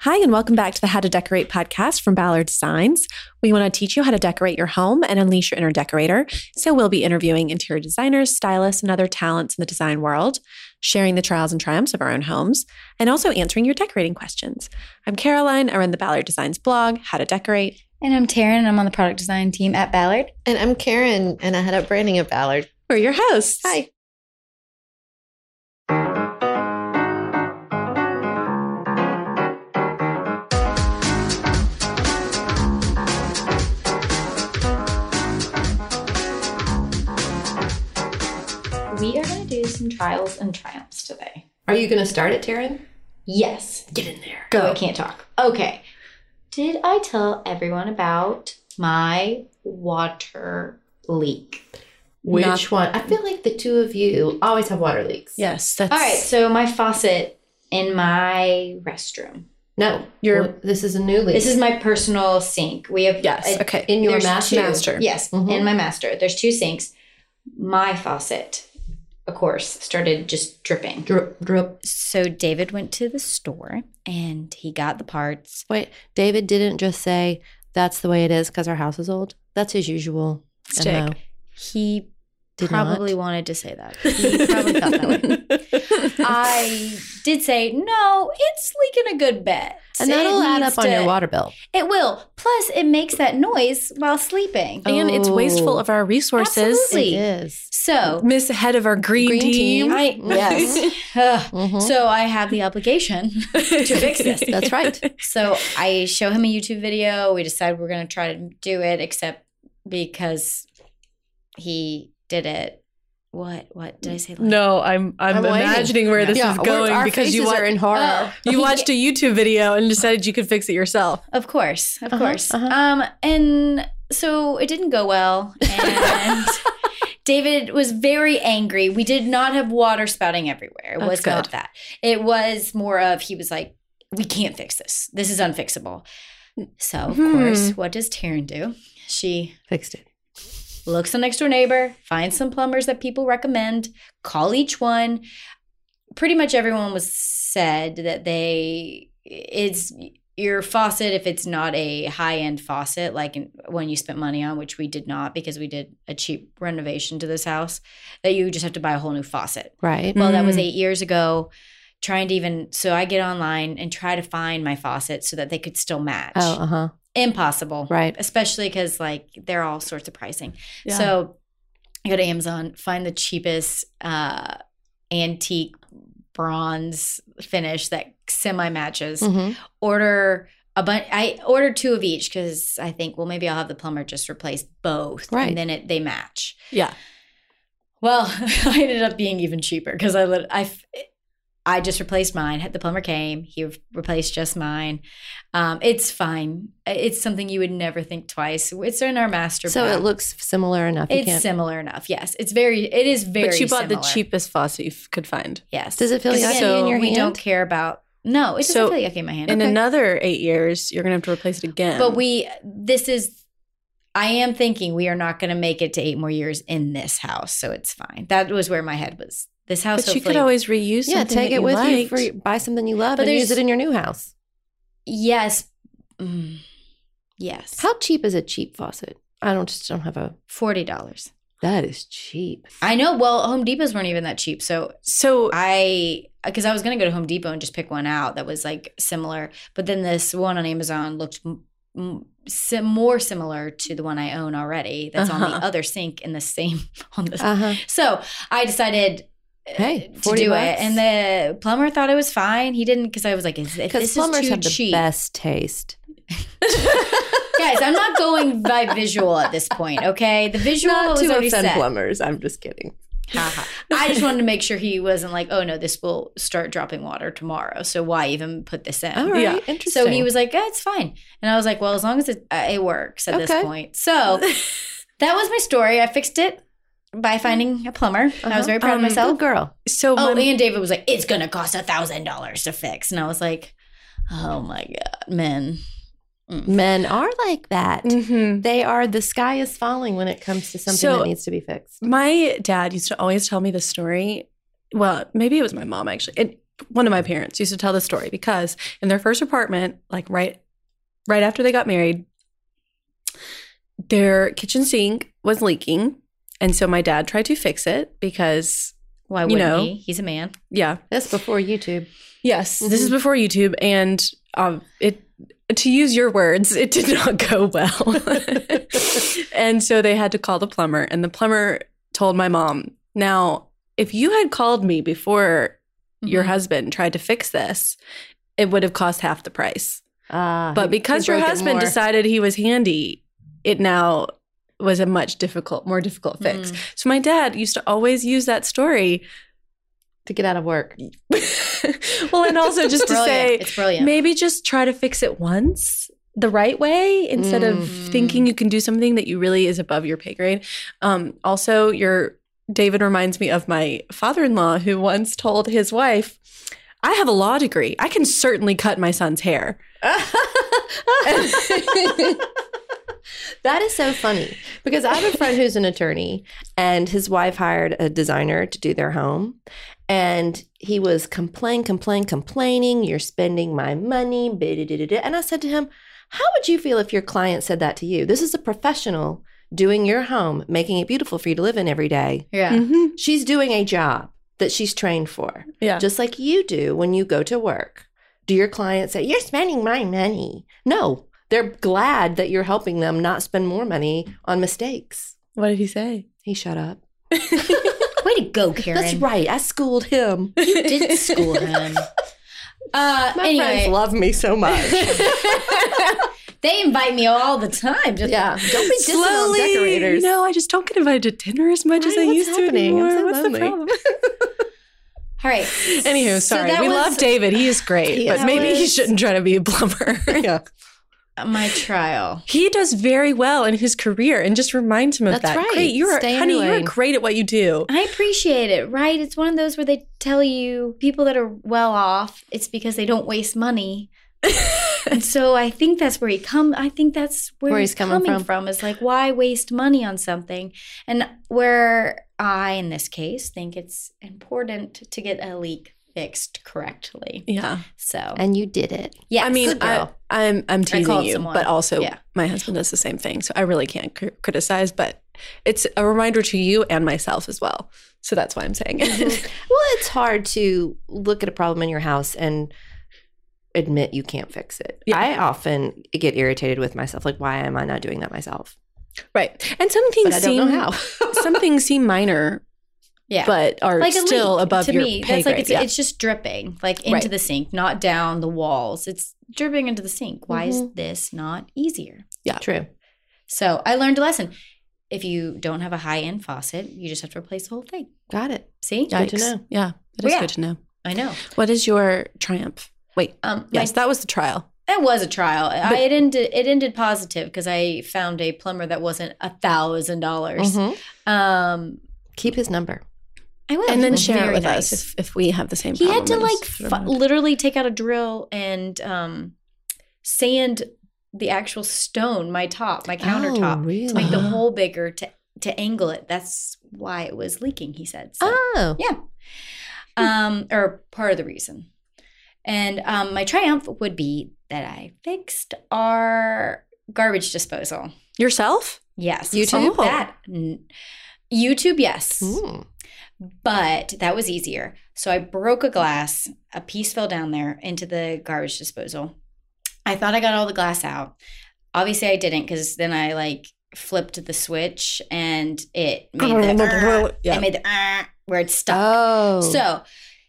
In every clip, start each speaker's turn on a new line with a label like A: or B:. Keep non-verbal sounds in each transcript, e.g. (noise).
A: Hi, and welcome back to the How to Decorate podcast from Ballard Designs. We want to teach you how to decorate your home and unleash your inner decorator. So, we'll be interviewing interior designers, stylists, and other talents in the design world, sharing the trials and triumphs of our own homes, and also answering your decorating questions. I'm Caroline. I run the Ballard Designs blog, How to Decorate.
B: And I'm Taryn, and I'm on the product design team at Ballard.
C: And I'm Karen, and I head up branding at Ballard.
A: We're your hosts.
C: Hi.
B: We are going to do some trials and triumphs today.
C: Are you going to start it, Taryn?
B: Yes.
C: Get in there.
B: Go. I can't talk. Okay. Did I tell everyone about my water leak?
C: Which
A: Not-
C: one? I feel like the two of you always have water leaks.
A: Yes, that's
B: All right. So, my faucet in my restroom.
C: No,
A: You're-
C: well, This is a new leak.
B: This is my personal sink. We have.
A: Yes,
B: a-
A: okay.
C: in your
B: there's
C: master.
A: Master.
B: Yes,
C: Mhm.
B: in my master. There's two sinks. My faucet, of course, started just dripping.
C: Drip, drip.
D: So David went to the store and he got the parts.
C: Wait, David didn't just say that's the way it is because our house is old. That's his usual
A: Stick.
C: (laughs) MO.
D: He
C: Did
D: probably
C: not.
D: wanted to say that.
C: (laughs)
D: He probably felt that way.
A: way.
D: I did say, no, it's leaking a good bit.
C: And
D: It
C: that'll add up
D: needs
C: on your
D: to-
C: water bill.
D: It will. Plus, it makes that noise while sleeping.
A: (laughs) and it's wasteful
C: Oh.
A: of our resources.
D: Absolutely.
C: It is.
D: So,
A: Miss head of our green,
C: Oh. Green team.
A: team.
D: I, yes. (laughs) Ugh.
C: Mhm.
D: So, I have the obligation
A: (laughs)
D: to fix this.
C: (laughs) That's right.
D: So I show him a YouTube video. We decide we're going to try to do it, except because he did it. What? What did I say? last-
A: No, I'm I'm,
C: I'm waiting.
A: imagining where (laughs) this
C: yeah,
A: is
C: we're-
A: going
C: our
A: because you
C: faces are
A: wa-
C: in horror.
D: Oh,
C: (laughs)
A: you
D: He-
A: watched a YouTube video and decided you could fix it yourself.
D: Of course, of
C: Uh-huh,
D: course.
C: uh-huh.
D: Um, and so it didn't go well,
A: (laughs)
D: and David was very angry. We did not have water spouting everywhere. It
A: That's
D: was not
A: good.
D: that. It was more of he was like, "We can't fix this. This is unfixable." So of
A: Hmm.
D: course, what does Taryn do? She
C: Fixed it.
D: look some next door neighbor, find some plumbers that people recommend, call each one. Pretty much everyone was said that they it's your faucet if it's not a high end faucet like an- one you spent money on, which we did not because we did a cheap renovation to this house, that you just have to buy a whole new faucet.
C: Right.
D: Well, that was
A: Mm.
D: eight years ago. Trying to even so I get online and try to find my faucet so that they could still match.
C: Oh, uh huh.
D: Impossible,
C: Right.
D: Especially because like they're all sorts of pricing. So I go to Amazon, find the cheapest uh, antique bronze finish that semi matches.
C: Mhm.
D: Order a bunch. I order two of each because I think, well, maybe I'll have the plumber just replace both,
C: Right.
D: And then it, they match.
A: yeah.
D: Well, (laughs) I ended up being even cheaper because I lit- I f- I just replaced mine. Had- The plumber came. He re- replaced just mine. Um, it's fine. It's something you would never think twice. It's in our master.
C: So it
D: bath.
C: looks similar enough. You
D: It's
C: can't.
D: similar enough. Yes, it's very. It is very.
A: but you bought the
D: similar.
A: cheapest faucet you f- could find.
D: Yes.
C: Does it feel
D: Because
C: yucky
D: again,
C: in your
D: we
C: hand?
D: don't care about. No, it doesn't
A: So,
D: feel yucky in my hand.
A: In
D: Okay.
A: another eight years, you're gonna have to replace it again.
D: but we. This is. I am thinking we are not going to make it to eight more years in this house, so it's fine. That was where my head was. This house.
A: but you could
D: hopefully-
A: always reuse.
C: yeah,
A: something
C: take
A: that
C: it with you
A: liked.
C: for your- buy something you love
D: But
C: and use
D: there's-
C: it in your new house.
D: Yes. Mm. yes.
C: How cheap is a cheap faucet? I don't just don't have a.
D: Forty dollars.
C: That is cheap.
D: I know. Well, Home Depots weren't even that cheap, so
A: So
C: Ah,
D: I because I was gonna go to Home Depot and just pick one out that was like similar, but then this one on Amazon looked m- m- sim- more similar to the one I own already. That's on
A: Uh-huh.
D: the other sink in the same (laughs) on the.
C: Uh huh.
D: so I decided. uh,
C: Hey,
D: to
C: 40
D: do
C: bucks.
D: it, and the plumber thought it was fine. He didn't because I was like, "Is if
C: Because
D: this is
C: plumbers
D: too
C: have the
D: cheap,
C: best taste.
D: guys?" I'm not going
C: (laughs)
D: by visual at this point. Okay, the visual
C: Not
D: was
C: to
D: already
C: offend
D: set.
C: (laughs) plumbers. I'm just kidding.
D: Haha. I just wanted to make sure he wasn't like, "Oh no, this will start dropping water tomorrow." So why even put this in?
C: All right.
A: Yeah.
C: Interesting.
D: So he was like, "Yeah, it's fine," and I was like, "Well, as long as it uh, it works at
C: Okay.
D: this point."
C: (laughs)
D: So that was my story. I fixed it by finding a plumber. I
C: Uh-huh.
D: was very proud
A: Um,
D: of myself.
C: Good girl.
A: so
D: Oh,
A: my-
D: and David was like, "It's gonna cost a thousand dollars to fix," and I was like, "Oh my god, Mm, men."
C: Men are like that.
A: Mhm.
C: They are. The sky is falling when it comes to something
A: So-
C: that needs to be fixed.
A: My dad used to always tell me this story. Well, maybe it was my mom actually. And one of my parents used to tell this story because in their first apartment, like right right after they got married, their kitchen sink was leaking. And so my dad tried to fix it because
D: Why
A: You
D: wouldn't
A: know.
D: he? He's a man.
A: yeah.
C: That's before YouTube.
A: Yes, this is before YouTube and um it to use your words, it did (laughs) not go well. and so they had to call the plumber and the plumber told my mom, "Now, if you had called me before your
D: Mhm.
A: husband tried to fix this, it would have cost half the price.
C: Uh,
A: But because your
C: broke it
A: husband
C: more.
A: decided he was handy, it now was a much difficult, more difficult fix.
D: Mm.
A: So my dad used to always use that story. (laughs)
C: to get out of (laughs) work.
A: well, and also just to
D: brilliant.
A: say,
D: it's brilliant.
A: maybe just try to fix it once the right way instead of
D: Mm.
A: thinking you can do something that you really is above your pay grade. Um, also, your David reminds me of my father-in-law who once told his wife, "I have a law degree. I can certainly cut my son's hair."
C: That is so funny because I have a friend who's an attorney, and his wife hired a designer to do their home. And he was complain, complain, complaining, you're spending my money. ba-da-da-da-da." And I said to him, How would you feel if your client said that to you? This is a professional doing your home, making it beautiful for you to live in every day.
D: (laughs) yeah.
A: Mhm.
C: She's doing a job that she's trained for.
A: Yeah.
C: just like you do when you go to work. Do your clients say, You're spending my money? No, they're glad that you're helping them not spend more money on mistakes.
A: What did he say?
C: He shut up.
D: Way to go, Karen.
C: Mm-hmm. That's right. I
A: (laughs)
C: schooled him.
D: You did
C: (laughs)
D: school him. Uh,
C: My
D: anyway,
C: friends love me so
A: (laughs)
C: much.
D: (laughs) they invite me all the time. Just
C: yeah. Don't be dissing on decorators.
A: No, I just don't get invited to dinner as much as I
C: Right, what's
A: used
C: happening?
A: to
C: I'm
A: anymore.
C: so
A: what's
C: lonely.
A: the problem? (laughs)
D: All right.
A: Anywho,
D: So
A: sorry.
D: that
A: we
D: was
A: love David. He is great,
C: He
A: but maybe he
C: is.
A: shouldn't try to be a (laughs) plumber.
C: Yeah.
D: My trial.
A: he does very well in his career, and just reminds him of
C: That's
A: that.
C: right.
A: Great, you are,
C: Stay in
A: honey.
C: your
A: You are
C: lane.
A: great at what you do.
D: I appreciate it, right? It's one of those where they tell you people that are well off, it's because they don't waste (laughs) money. and so I think that's where he come. I think that's where, he's, coming, from. Is like why waste money on something, and where I, in this case, think it's important to get a leak fixed correctly.
A: Yeah,
D: So
C: And you did it.
D: yeah,
A: I mean,
C: Good
A: I,
C: girl.
A: I'm I'm teasing
D: called
A: you,
D: someone.
A: but also
D: Yeah.
A: my husband does the same thing, so I really can't cr- criticize. But it's a reminder to you and myself as well. So that's why I'm saying it.
C: (laughs) Well, it's hard to look at a problem in your house and admit you can't fix it.
A: Yeah.
C: I often get irritated with myself. Like, why am I not doing that myself?
A: right, and some
C: But
A: things
C: I don't
A: seem
C: know how.
A: (laughs) some things seem minor,
D: yeah.
A: but are
D: like a
A: still
D: leak,
A: above
D: to
A: your
D: me
A: pay
D: that's
A: grade.
D: like it's,
A: yeah.
D: it's just dripping like into
A: Right.
D: the sink not down the walls it's dripping into the sink why
A: Mm-hmm.
D: is this not easier
C: True.
D: so i learned a lesson if you don't have a high-end faucet you just have to replace the whole thing
C: Got it.
D: see
C: Good to
A: Yikes.
C: know.
A: Yeah, that is
D: Yeah.
A: good to know.
D: i know
A: What is your triumph? Wait,
D: um my-
A: yes, that was the trial.
D: that was a trial i it ended it ended positive because i found a plumber that wasn't a thousand dollars
A: Mm-hmm.
C: Mhm.
D: um
C: Keep his number.
D: i will
A: and
D: he
A: then
D: was
A: share it
D: very
A: with
D: nice.
A: us if, if we have the same.
D: he had
A: problem
D: to
A: and
D: like
A: it's sort
D: fu-
A: of annoying.
D: literally take out a drill and um, sand the actual stone my top my countertop
C: Oh, really?
D: to make the
A: Uh-huh.
D: hole bigger to to angle it that's why it was leaking he said so,
C: oh,
D: yeah
C: Ah.
D: um or part of the reason and um my triumph would be that i fixed our garbage disposal
A: yourself.
D: yes
C: YouTube?
D: so that n- youtube yes
C: Mm.
D: but that was easier. So I broke a glass, a piece fell down there into the garbage disposal. I thought I got all the glass out. Obviously, I didn't because then I like flipped the switch and it made the,
A: Yeah.
D: it made the uh, where it's stuck.
C: oh,
D: So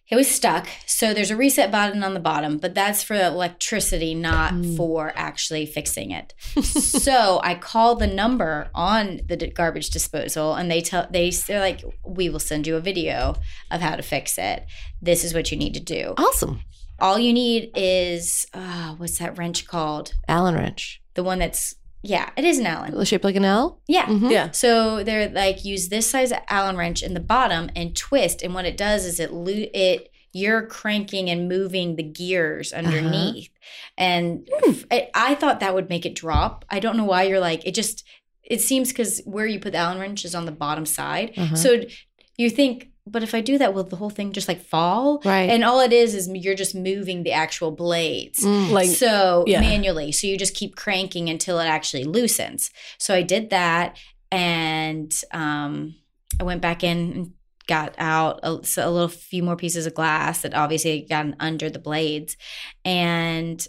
D: it was stuck. So there's a reset button on the bottom, but that's for electricity, not
C: Mm.
D: for actually fixing it. so I call the number on the d- garbage disposal, and they tell they they're like, "We will send you a video of how to fix it. This is what you need to do.
C: awesome,
D: All you need is uh, what's that wrench called?
C: Allen wrench,
D: The one that's yeah, it is an Allen.
C: shaped like an L.
D: Yeah,
C: Mhm.
A: Yeah.
D: so they're like use this size Allen wrench in the bottom and twist, and what it does is it lo- it you're cranking and moving the gears
C: Uh-huh.
D: underneath, and
C: Hmm.
D: f- I, I thought that would make it drop. I don't know why you're like it just it seems because where you put the Allen wrench is on the bottom side,
C: Uh-huh.
D: so d- you think but if I do that, will the whole thing just like fall?
C: Right.
D: And all it is is you're just moving the actual blades.
C: Mm.
A: Like,
D: so
A: yeah.
D: manually. So you just keep cranking until it actually loosens. So I did that and um, I went back in and got out a, so a little few more pieces of glass that obviously had gotten under the blades. And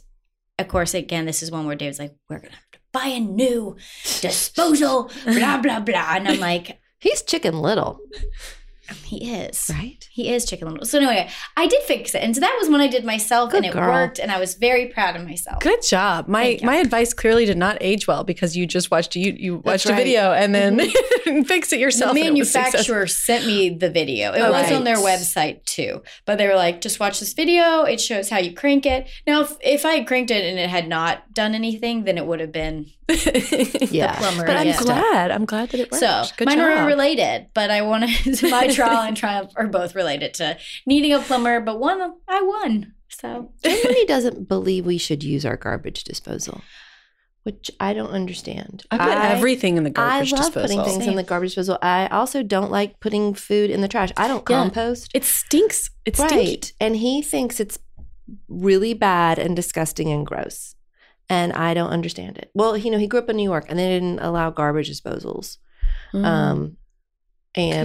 D: of course, again, this is one where David's like, we're going to have to buy a new disposal, blah, blah, blah. And I'm like, "Um,
C: He's chicken little,
D: he is.
C: right?
D: He is Chicken Little. So anyway, I did fix it, and so that was when I did myself,
C: Good
D: and it
C: girl.
D: worked, and I was very proud of myself.
A: Good job. My
D: Thank you.
A: my advice clearly did not age well because you just watched you you watched a
C: right. Mm-hmm.
A: video and (laughs) then fixed it yourself.
D: the
A: and it was Oh, successful.
D: manufacturer sent me the video. It was
C: Right.
D: on their website too, but they were like, "Just watch this video. It shows how you crank it." Now, if, if I had cranked it and it had not done anything, then it would have been
A: (laughs)
C: Yeah.
D: plumber.
A: But I'm
D: again.
A: glad. I'm glad that it worked.
D: So
A: Good
D: mine
A: job.
D: are related, but I wanted (laughs) my
A: (laughs)
D: trial and triumph are both related to needing a plumber, but one I won. So
C: Somebody doesn't believe we should use our garbage disposal, which I don't understand.
A: I put everything in the
C: I
A: garbage
C: love
A: disposal.
C: putting things in the garbage disposal. I also don't like putting food in the trash. I don't
A: Yeah.
C: compost.
A: It stinks. It's
C: right.
A: stinky.
C: And he thinks it's really bad and disgusting and gross. And I don't understand it. Well, you know, he grew up in New York and they didn't allow garbage disposals. Um, and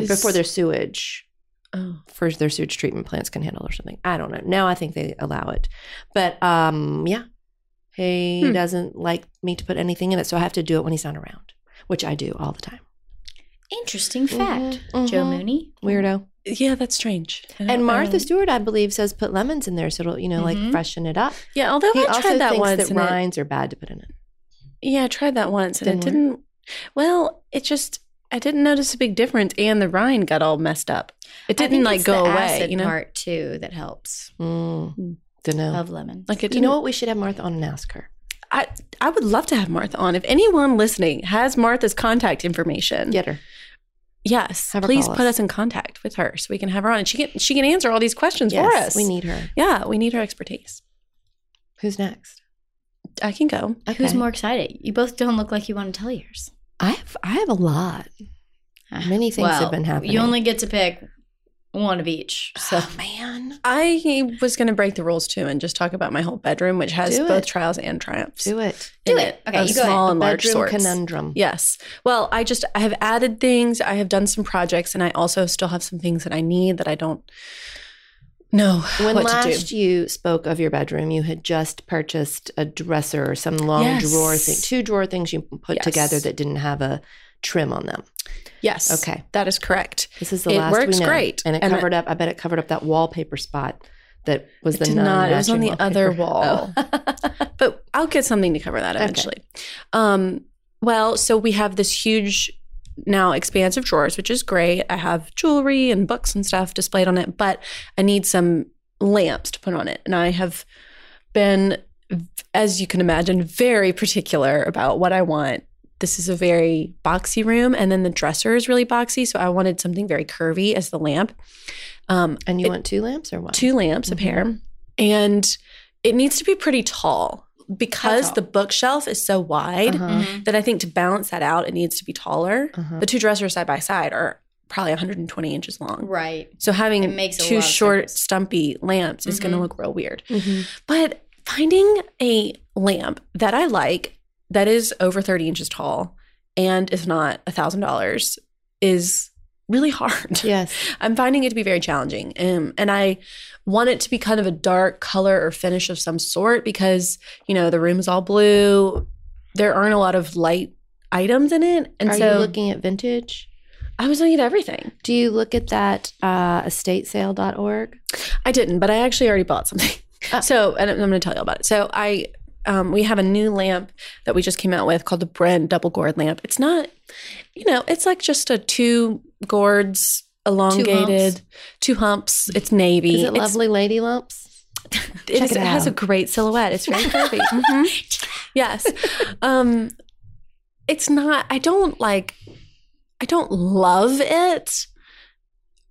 A: Mm-hmm. 'Cause-
C: before their sewage,
A: Oh.
C: for their sewage treatment plants can handle or something. I don't know. Now I think they allow it. But um, yeah, he
A: Hmm.
C: doesn't like me to put anything in it. So I have to do it when he's not around, which I do all the time.
D: interesting
A: Mm-hmm.
D: fact, Joe
C: Mhm.
D: Mooney.
C: Weirdo.
A: Yeah, that's strange. I don't- I
C: And Martha
A: don't-
C: Stewart, I believe, says put lemons in there so it'll, you know,
D: Mhm.
A: Mm-hmm.
C: like freshen it up.
A: Yeah, although
C: He
A: I
C: also
A: tried that
C: thinks
A: once.
C: that
A: and it-
C: rinds are bad to put in it.
A: yeah, I tried that once and it
C: Didn't
A: didn't. Well, it just I didn't notice a big difference, and the rind got all messed up. It
D: I
A: didn't
D: think
A: like
D: it's the
A: go away.
D: acid
A: You know,
D: part too that helps
C: Mm.
A: Mm.
C: Don't know.
D: of lemon.
A: like it.
C: You know
A: didn't-
C: what? We should have Martha on and ask her.
A: I I would love to have Martha on. If anyone listening has Martha's contact information,
C: Get her.
A: yes,
C: Have her
A: please
C: call
A: put
C: us.
A: us in contact with her so we can have her on, and she can she can answer all these questions for us.
C: We need her.
A: yeah, we need her expertise.
C: Who's next?
A: I can go.
D: Who's
C: Okay.
D: more excited? You both don't look like you want to tell yours.
C: I have I have a lot. Many things have been happening.
D: You
C: (sighs)
D: only get to pick one of each. So
C: oh, man.
A: I was going to break the rules too and just talk about my whole bedroom, which has
C: Do
A: both
C: it.
A: trials and triumphs.
C: Do it.
D: do
A: in
D: it. Okay,
A: of
D: you go ahead.
A: small and large
C: Bedroom
A: sorts.
C: conundrum.
A: Yes. Well, I just I have added things. I have done some projects, and I also still have some things that I need that I don't know
C: When
A: what to
C: last
A: do.
C: you spoke of your bedroom, you had just purchased a dresser or some long
A: Yes.
C: drawer thing, two drawer things you put
A: Yes.
C: together that didn't have a trim on them.
A: Yes.
C: Okay.
A: That is correct.
C: This is the
A: It
C: last
A: works
C: we know.
A: great.
C: and it
A: And it-
C: covered up. I bet it covered up that wallpaper spot that was
A: It
C: the
A: did not. It was on the
C: non-matching
A: other
C: wallpaper. Oh, (laughs)
A: But I'll get something to cover that
C: Okay.
A: eventually. Um, well, so we have this huge now expansive drawers, which is great. I have jewelry and books and stuff displayed on it, but I need some lamps to put on it. And I have been, as you can imagine, very particular about what I want. This is a very boxy room, and then the dresser is really boxy. So I wanted something very curvy as the lamp. Um,
C: and you
A: It-
C: want two lamps or one?
A: two lamps,
C: Mhm.
A: a pair,
D: Mm-hmm.
A: and it needs to be pretty tall because
D: tall?
A: the bookshelf is so wide
C: Uh-huh.
D: Mhm.
A: that I think to balance that out, it needs to be taller.
C: Uh-huh.
A: The two dressers side by side are probably 120 inches long.
D: Right.
A: So
D: It
A: having
D: makes a lot
A: two
D: of
A: short,
D: sense.
A: stumpy lamps is going to
D: Mhm.
A: look real weird.
C: Mhm.
A: But finding a lamp that I like that is over 30 inches tall and is not $1,000 is really hard.
C: Yes.
A: I'm finding it to be very challenging. Um, and I want it to be kind of a dark color or finish of some sort because, you know, the room is all blue. There aren't a lot of light items in it. And
C: Are
A: so
C: you looking at vintage?
A: I was looking at everything.
C: Do you look at that uh, estatesale.org?
A: I didn't, but I actually already bought something.
C: Oh.
A: (laughs) So, and I'm going to tell you about it. So, I um, we have a new lamp that we just came out with called the Brent Double Gourd lamp. It's not, you know, it's like just a two gourds elongated, two humps. It's navy.
C: Is it
A: It's-
C: lovely lady lumps?
A: It,
C: Check
A: is-
C: it
A: it has
C: out. Mm-hmm.
A: a great silhouette. It's very
C: (laughs)
A: curvy. Mhm. (laughs) Yes. Um, it's not, I don't like, I don't love it,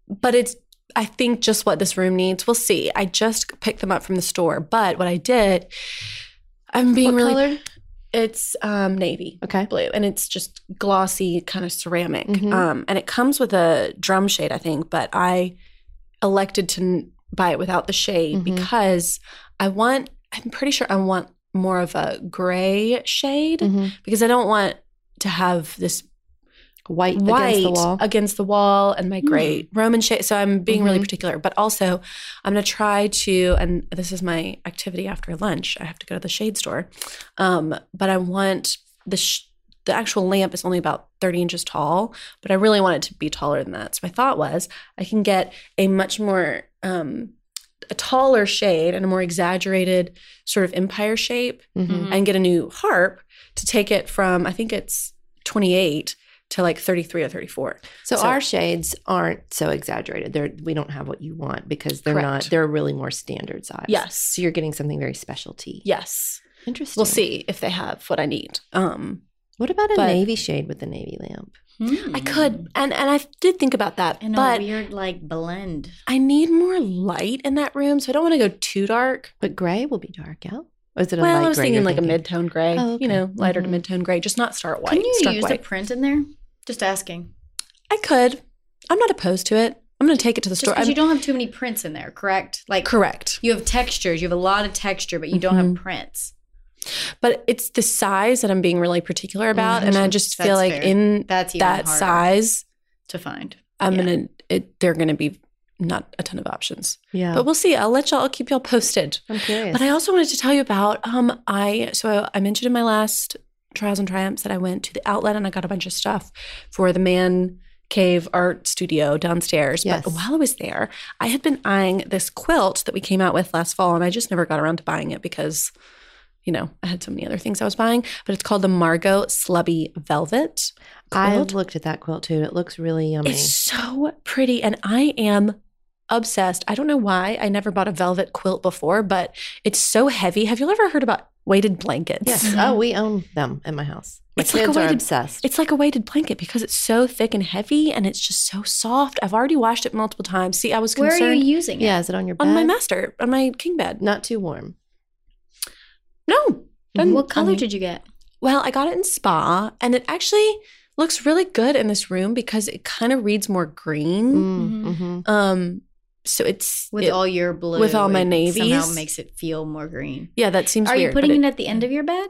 A: but it's, I think just what this room needs. We'll see. I just picked them up from the store, but what I did, I'm being
C: what
A: really
C: color?
A: It's um, navy
C: Okay.
A: blue, and it's just glossy kind of ceramic.
C: Mhm.
A: Um, and it comes with a drum shade, I think, but I elected to n- buy it without the shade
C: Mhm.
A: because I want. I'm pretty sure I want more of a gray shade
C: Mm-hmm.
A: because I don't want to have this
C: White,
A: white Uh,
C: against the wall. Hmm.
A: against the wall and my gray Roman shade. So I'm being really
C: Mhm.
A: particular, but also I'm going to try to, and this is my activity after lunch. I have to go to the shade store. Um, but I want the, sh- the actual lamp is only about 30 inches tall, but I really want it to be taller than that. So my thought was I can get a much more, um, a taller shade and a more exaggerated sort of empire shape
C: Mhm.
A: and get a new harp to take it from I think it's 28 to like 33 or 34.
C: So,
A: So-
C: our shades aren't so exaggerated. They're we don't have what you want because they're not.
A: Correct.
C: They're really more standard size.
A: Yes.
C: So you're getting something very specialty.
A: Yes.
C: Interesting.
A: We'll see if they have what I need. Um
C: What about a
A: But-
C: navy shade with the navy lamp?
D: Mm.
A: I could and and I did think about that,
D: Mm-hmm. In
A: but
D: a weird like blend.
A: I need more light in that room, so I don't want to go too dark.
C: But gray will be dark out. Or is it a
A: well,
C: light
A: I was
C: gray
A: thinking
C: you're
A: like a mid-tone gray,
C: Oh, okay.
A: you know, lighter
C: Mhm.
A: to mid-tone gray, just not start white.
D: Can you
A: stark
D: use
A: white.
D: a print in there? Just asking.
A: I could. I'm not opposed to it. I'm going to take it to the
D: Just
A: store.
D: because
A: I'm-
D: you don't have too many prints in there, correct? Like
A: correct.
D: you have textures. You have a lot of texture, but you don't
A: Mm-hmm.
D: have prints.
A: But it's the size that I'm being really particular about and I just feel
D: That's
A: like
D: fair.
A: in
D: That's even
A: that
D: harder
A: size
D: to find.
A: I'm
D: Yeah.
A: gonna. It, they're gonna be not a ton of options,
D: Oh.
C: Yeah.
A: but we'll see. I'll let y'all. I'll keep y'all posted.
C: I'm curious.
A: But I also wanted to tell you about. Um, I so I, I mentioned in my last trials and triumphs that I went to the outlet and I got a bunch of stuff for the man cave art studio downstairs. But
C: Yes.
A: while I was there, I had been eyeing this quilt that we came out with last fall, and I just never got around to buying it because. You know, I had so many other things I was buying, but it's called the Margot Slubby Velvet.
C: I,
A: quilt.
C: have looked at that quilt too. It looks really yummy.
A: It's so pretty. And I am obsessed. I don't know why I never bought a velvet quilt before, but it's so heavy. Have you ever heard about weighted blankets?
C: Yes. Oh, we own them at my house. My
A: It's like a
C: kids are
A: weighted-
C: obsessed.
A: It's like a weighted blanket because it's so thick and heavy and it's just so soft. I've already washed it multiple times. See, I was
D: Where
A: concerned
D: are you using it?
C: yeah. Is it on your bed?
A: on my master, on my king bed.
C: Not too warm. Mm-hmm.
A: No.
D: And
A: Doesn't-
D: what color
A: I mean-
D: did you get?
A: Well, I got it in spa and it actually looks really good in this room because it kind of reads more green.
C: Mm,
D: Mhm.
C: mhm.
A: Um so it's
D: With
A: it-
D: all your blue,
A: with all my
D: it somehow
A: navies?
D: makes it feel more green.
A: yeah, that seems
D: Are
A: weird.
D: you
A: but
D: putting
A: it-
D: it at the end of your bed?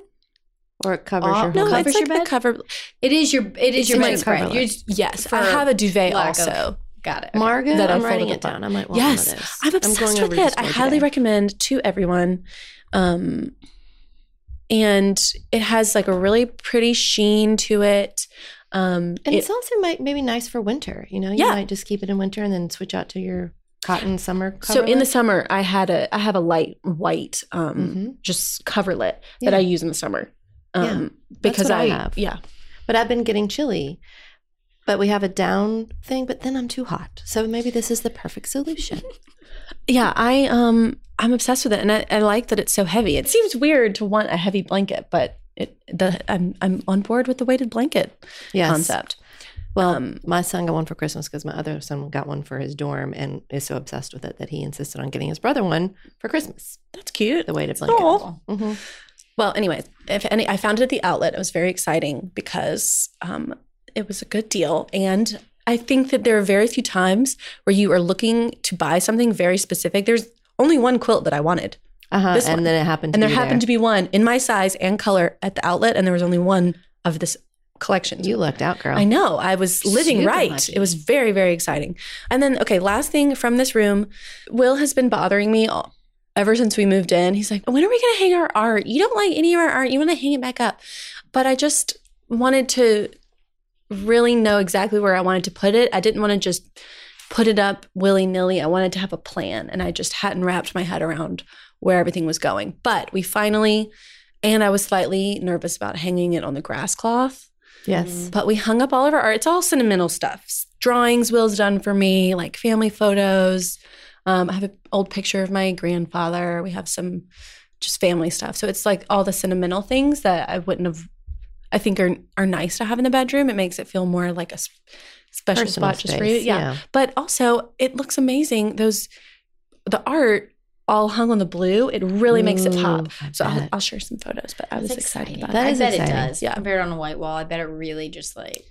C: Or it covers
D: Oh,
C: your
A: no,
C: whole
D: covers
A: it's like
D: your
A: the
D: bed?
A: cover
D: It is your. It is
A: It's
D: your
A: my
D: bed spread.
C: coverlet.
D: You're just-
A: Yes,
D: for
A: I have a duvet
D: lack of-
A: also.
D: got it.
C: Margot,
A: That I
C: I'm
A: folded
C: writing it
A: apart.
C: down. I might want
A: Yes,
C: one of those.
A: I'm obsessed
C: going
A: with
C: over
A: it.
C: this
A: I
C: one
A: highly
C: today.
A: recommend to everyone. Um, and it has like a really pretty sheen to it. Um,
C: And
A: it-
C: it's also might maybe nice for winter. You know, you
A: Yeah.
C: might just keep it in winter and then switch out to your cotton summer.
A: so in the
C: coverlet.
A: summer, I had a I have a light white um,
C: Mhm.
A: just coverlet
C: Yeah.
A: that I use in the summer.
C: Yeah.
A: Um, because
C: what I
A: I,
C: have.
A: yeah
C: but I've been getting chilly. But we have a down thing, but then I'm too hot. So maybe this is the perfect
A: (laughs)
C: solution.
A: yeah I um I'm obsessed with it and I, I like that it's so heavy. It seems weird to want a heavy blanket, but it the I'm I'm on board with the weighted blanket
C: Yes.
A: concept.
C: Well,
A: Um,
C: my son got one for Christmas because my other son got one for his dorm and is so obsessed with it that he insisted on getting his brother one for Christmas.
A: That's cute.
C: The weighted blanket.
A: Aw.
C: hmm
A: Well, anyways, if any, I found it at the outlet. It was very exciting because um, it was a good deal, and I think that there are very few times where you are looking to buy something very specific. There's only one quilt that I wanted,
C: Uh-huh.
A: This
C: and
A: one.
C: then it happened. To
A: and there
C: be
A: happened to be one in my size and color at the outlet, and there was only one of this collection.
C: You lucked out, girl.
A: I know. I was living
D: Super
A: right.
D: lucky.
A: It was very, very exciting. And then, okay, last thing from this room, Will has been bothering me all, ever since we moved in. He's like, when are we going to hang our art? You don't like any of our art. You want to hang it back up. But I just wanted to really know exactly where I wanted to put it. I didn't want to just put it up willy nilly. I wanted to have a plan. And I just hadn't wrapped my head around where everything was going. But we finally, and I was slightly nervous about hanging it on the grass cloth.
D: Mm.
C: Yes.
A: But we hung up all of our art. It's all sentimental stuff. S- Drawings Will's done for me, like family photos. Um, I have an old picture of my grandfather. We have some just family stuff. So it's like all the sentimental things that I wouldn't have, I think are are nice to have in the bedroom. It makes it feel more like a s- special
C: Personal
A: spot just for you.
C: space,
A: yeah. But also, it looks amazing. Those the art all hung on the blue, it really makes it pop.
C: Ooh, I
A: So I'll,
C: bet.
A: I'll share some photos, but I was excited about
C: That
A: it.
D: I
C: is
D: bet
C: exciting.
D: it does.
A: Yeah.
D: Compared on a white wall, I bet it really just like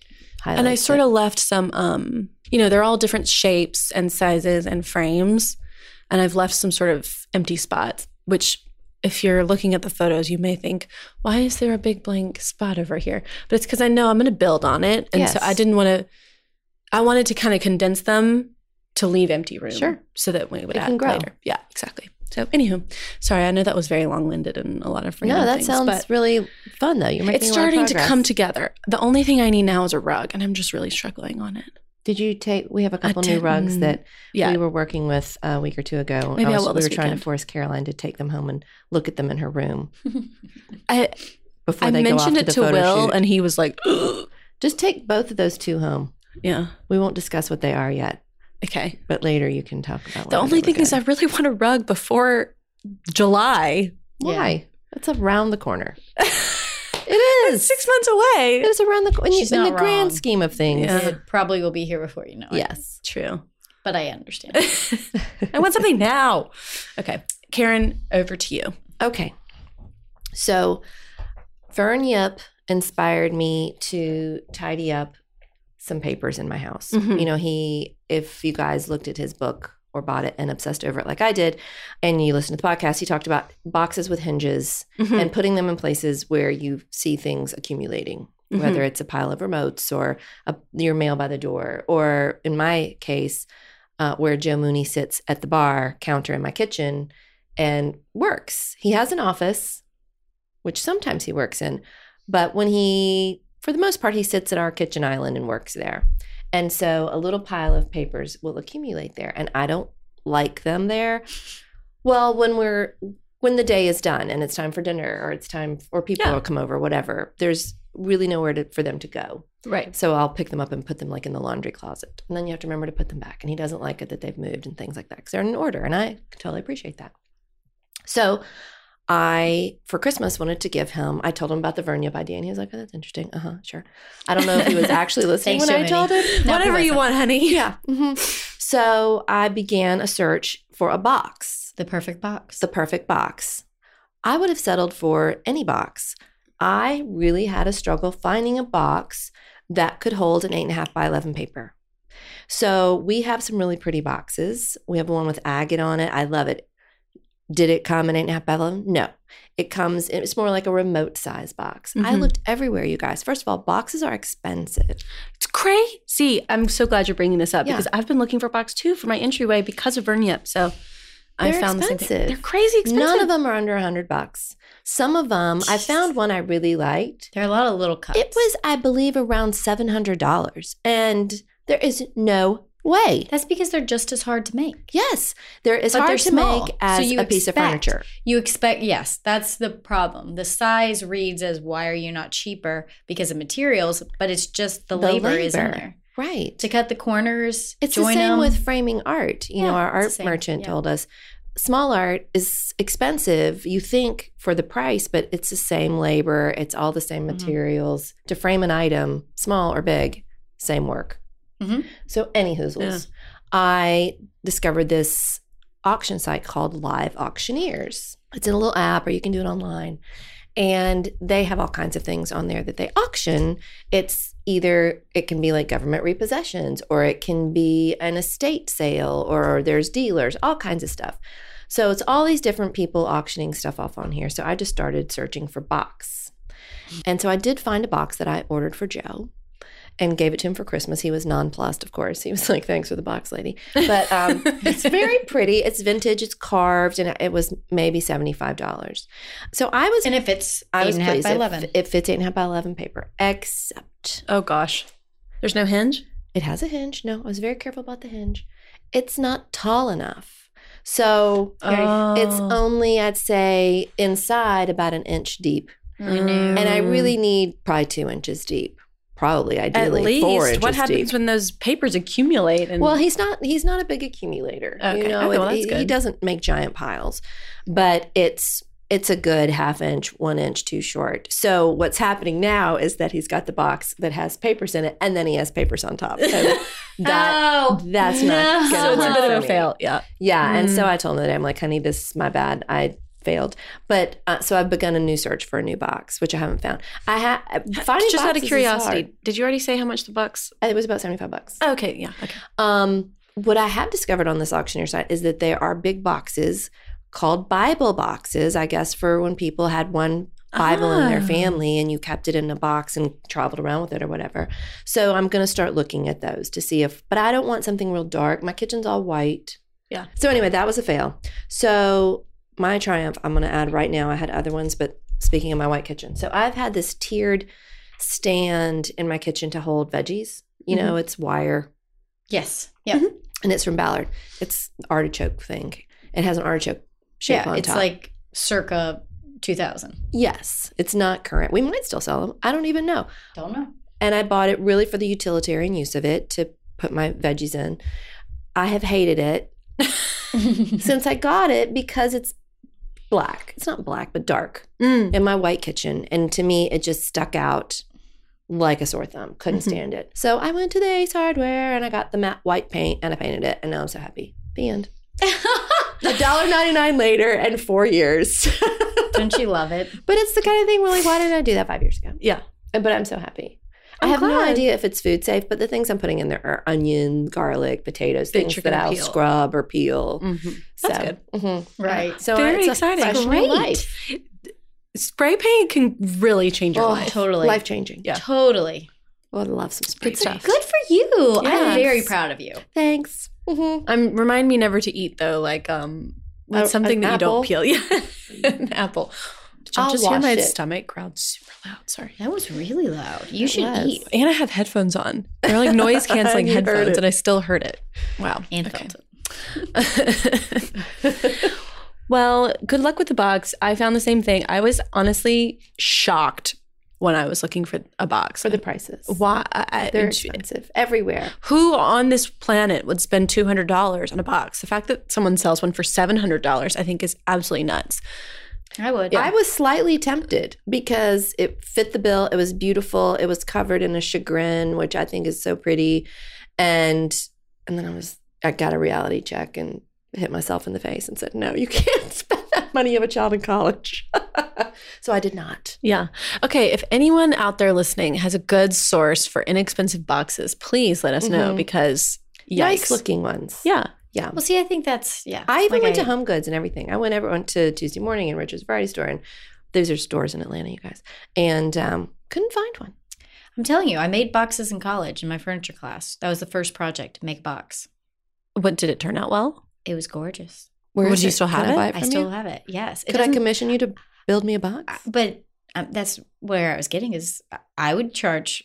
A: And I
C: Highlights
A: sort
C: it.
A: of left some, um, you know, they're all different shapes and sizes and frames. And I've left some sort of empty spots, which if you're looking at the photos, you may think, why is there a big blank spot over here? But it's because I know I'm going to build on it. And so
C: Yes.
A: I didn't want to, I wanted to kind of condense them to leave empty room.
C: Sure.
A: So that we would
C: It
A: add
C: can grow.
A: later. Yeah, exactly. So, anywho, sorry, I know that was very long winded and a lot of random
C: No, that
A: things,
C: sounds
A: but-
C: really fun though. You're making
A: it's
C: a lot of
A: starting to
C: progress.
A: come together. The only thing I need now is a rug, and I'm just really struggling on it.
C: Did you take? We have a couple new
A: didn't-
C: rugs that
A: Yeah,
C: we were working with uh, a week or two ago.
A: Maybe I
C: was-
A: will
C: we
A: this
C: were trying to
A: weekend.
C: force Caroline to take them home and look at them in her room
A: I,
C: before
A: I
C: they go off
A: mentioned
C: to
A: it
C: the
A: to
C: photo
A: Will,
C: shoot.
A: and he was like, (gasps)
C: Just take both of those two home.
A: "Yeah,
C: We won't discuss what they are yet,
A: okay."
C: but later you can talk about.
A: The
C: whether
A: only
C: they
A: thing
C: were
A: is, I
C: good.
A: really want a rug before July. (laughs)
C: why that's around the corner. it
A: It's
C: is.
A: six months away.
C: It is around the corner in,
D: She's
C: the- in the
D: not wrong.
C: grand scheme of things.
A: Yeah.
D: it probably will be here before you know it.
C: Yes.
A: True.
D: But I understand.
A: (laughs)
C: (laughs)
A: I want something now. Okay, Karen, over to you.
C: Okay. So Fern Yip inspired me to tidy up some papers in my house.
A: Mhm.
C: You know, he, if you guys looked at his book or bought it and obsessed over it like I did, and you listened to the podcast, he talked about boxes with hinges
A: Hmm.
C: and putting them in places where you see things accumulating,
A: Mhm.
C: whether it's a pile of remotes or a, your mail by the door, or in my case, uh, where Joe Mooney sits at the bar counter in my kitchen and works. He has an office, which sometimes he works in, but when he, for the most part, he sits at our kitchen island and works there. And so a little pile of papers will accumulate there, and I don't like them there. Well, when we're when the day is done and it's time for dinner or it's time or people
A: Yeah.
C: will come over, whatever. There's really nowhere to, for them to go.
A: right.
C: So I'll pick them up and put them like in the laundry closet. And then you have to remember to put them back. And he doesn't like it that they've moved and things like that because they're in order. And I totally appreciate that. So I, for Christmas, wanted to give him, I told him about the Vernia idea. And he was like, oh, that's interesting. Uh huh, sure. I don't know if he was actually listening
D: Thanks,
C: when I
D: Jiminy.
C: told
A: (laughs)
C: him.
D: No,
A: Whatever
D: he
A: you
D: wasn't.
A: want, honey.
C: Yeah. hmm So I began a search for a box
D: The perfect box.
C: the perfect box. I would have settled for any box. I really had a struggle finding a box that could hold an eight and a half by 11 paper. So we have some really pretty boxes. We have one with agate on it. I love it. Did it come in eight and a half by 11? No. It comes, it's more like a remote size box. I
A: Mhm.
C: looked everywhere, you guys. First of all, boxes are expensive.
A: It's crazy. I'm so glad you're bringing this up
C: Yeah.
A: because I've been looking for box two for my entryway because of Verniup. So I
C: They're
A: found the same thing.
C: expensive.
A: They're crazy expensive.
C: None of them are under a 100 bucks. Some of them, I found one I really liked.
D: there are a lot of little cups.
C: It was, I believe, around seven hundred dollars, and there is no way.
D: That's because they're just as hard to make.
C: Yes, there is
D: But
C: hard
D: they're
C: to
D: small,
C: make
D: so
C: as
D: you
C: a piece of
D: expect-
C: furniture.
D: You expect, yes, that's the problem. The size reads as why are you not cheaper because of materials, but it's just the,
C: The
D: labor, is in
C: labor.
D: there.
C: Right.
D: To cut the corners,
C: It's the
D: join
C: same
D: them.
C: with framing art. You
D: Yeah,
C: know,
D: it's the
C: our art
D: same,
C: merchant
D: yeah.
C: told us small art is expensive. You think for the price, but it's the same labor. It's all the same
D: Mhm.
C: materials to frame an item, small or big, same work.
D: Mhm.
C: So, anywhoozles, I discovered this auction site called Live Auctioneers. It's in a little app, or you can do it online. And they have all kinds of things on there that they auction it's either it can be like government repossessions or it can be an estate sale or there's dealers all kinds of stuff so it's all these different people auctioning stuff off on here so i just started searching for box and so i did find a box that i ordered for joe and gave it to him for christmas he was nonplussed of course he was (laughs) like thanks for the box lady but
D: (laughs)
C: um, it's very pretty it's vintage it's carved and it was maybe $75 so i was
D: and if it's
C: I
D: eight
C: was
D: and a half
C: pleased.
D: by
C: It-
D: 11.
C: It, fits eight and a half by eleven paper, except
A: Oh gosh. There's no hinge?
C: it has a hinge. No, I was very careful about the hinge. It's not tall enough, so it's
A: Oh.
C: only I'd say inside about an inch deep,
D: Mm.
C: and I really need probably two inches deep. Probably
A: at
C: ideally
A: least
C: four inches
A: what happens
C: deep.
A: when those papers accumulate and
C: well, he's not he's not a big accumulator.
A: Okay.
C: You
A: Okay,
C: know,
A: well,
C: it-
A: that's
C: he, he
A: good.
C: doesn't make giant piles, but it's it's a good half inch, one inch too short. So what's happening now is that he's got the box that has papers in it, and then he has papers on top. So
A: (laughs)
D: (laughs)
C: that
D: oh,
C: that's
D: no.
C: not
A: So it's a bit
C: For
A: of a
C: me.
A: fail. Yeah.
C: yeah. And so
A: Mm.
C: I told him that I'm like, honey, this is my bad. I failed. But uh, so I've begun a new search for a new box, which I haven't found. I ha- finding
A: Just out of
C: boxes is
A: curiosity, did you already say how much the bucks?
C: hard. It was about seventy five bucks.
A: Okay. Yeah. Okay.
C: Um, what I have discovered on this auctioneer site is that there are big boxes called Bible boxes, I guess, for when people had one Bible in their
A: Ah.
C: family and you kept it in a box and traveled around with it or whatever. So I'm going to start looking at those to see if, but I don't want something real dark. My kitchen's all white.
A: Yeah.
C: So anyway, that was a fail. So my triumph, I'm going to add right now, I had other ones, but speaking of my white kitchen. So I've had this tiered stand in my kitchen to hold veggies. You know,
D: Mm-hmm.
C: it's wire
D: yes, yeah,
C: and it's from Ballard. It's artichoke thing. It has an artichoke shape
D: yeah.
C: on
D: It's
C: top.
D: like circa 2000.
C: yes, it's not current. We might still sell them. I don't even know.
D: Don't
C: (laughs)
D: know.
C: And I bought it really for the utilitarian use of it to put my veggies in. I have hated it since I got it because it's black. It's not black, but dark
A: Mm.
C: in my white kitchen. And to me, it just stuck out like a sore thumb. Couldn't
A: Mhm.
C: stand it. So I went to the Ace Hardware and I got the matte white paint and I painted it. And now I'm so happy. The end. A dollar ninety nine later and four years. (laughs)
D: Don't you love it?
C: but it's the kind of thing where like, why did I do that five years ago?
A: Yeah.
C: And- But I'm so happy. i
A: I'm
C: have no
A: glad.
C: idea if it's food safe, but the things I'm putting in there are onion, garlic, potatoes,
A: That
C: things
A: you're
C: that
A: gonna
C: I'll
A: peel.
C: scrub or peel.
A: Mhm.
C: so,
A: That's good.
C: mhm.
D: Right.
C: So
A: Very
C: it's a
A: exciting.
C: fresh new
A: Great.
C: life.
A: Spray paint can really change your
C: Oh,
A: life.
D: Totally.
C: Life changing.
A: Yeah.
D: Totally.
C: Oh, I love some spray
A: Good
C: paint.
A: stuff.
D: Good for you. I'm
A: Yes.
D: very proud of you.
C: Thanks. Mhm.
A: Um, remind me never to eat though, like um,
C: A-
A: something
C: an
A: that
C: apple?
A: you don't peel. (laughs) Yeah, an apple. Did you
C: I'll
A: just hear
C: wash
A: my
C: it.
A: stomach growl super loud? Sorry.
D: That was really loud. You
C: It
D: should
C: was.
D: eat.
A: And I have headphones on. They're like noise (laughs) canceling
C: You heard
A: headphones,
C: it.
A: and I still heard it. (laughs) Wow.
D: And
A: Okay.
D: felt it.
A: well, good luck with the box. I found the same thing. I was honestly shocked when I was looking for a box.
C: For the prices.
A: why? I,
C: They're expensive everywhere.
A: who on this planet would spend two hundred dollars on a box? The fact that someone sells one for seven hundred dollars, I think, is absolutely nuts.
D: I would.
C: I was slightly tempted because it fit the bill. It was beautiful. It was covered in a chagrin, which I think is so pretty. And and then I was I got a reality check and hit myself in the face and said, "No, you (laughs) can't spend that money of a child in college." (laughs) so I did not.
A: Yeah. Okay. If anyone out there listening has a good source for inexpensive boxes, please let us know
C: Mhm.
A: because Mm-hmm. yikes.
C: Nice looking ones.
A: Yeah.
C: Yeah.
D: Well, see, I think that's yeah.
C: I even
D: Like
C: went to Home Goods and everything. I went ever went to Tuesday morning and Richard's Variety Store, and those are stores in Atlanta, you guys. And um, couldn't find one.
D: I'm telling you, I made boxes in college in my furniture class. That was the first project. Make a box.
A: What did it turn out well?
D: It was gorgeous.
A: Would
C: is
A: you still have
C: Could
A: it?
C: I, buy
D: I
C: from
D: still
C: you?
D: have it. Yes. It
C: Could I
D: doesn't-
C: commission you to build me a box?
D: I- But um, that's where I was getting is I would charge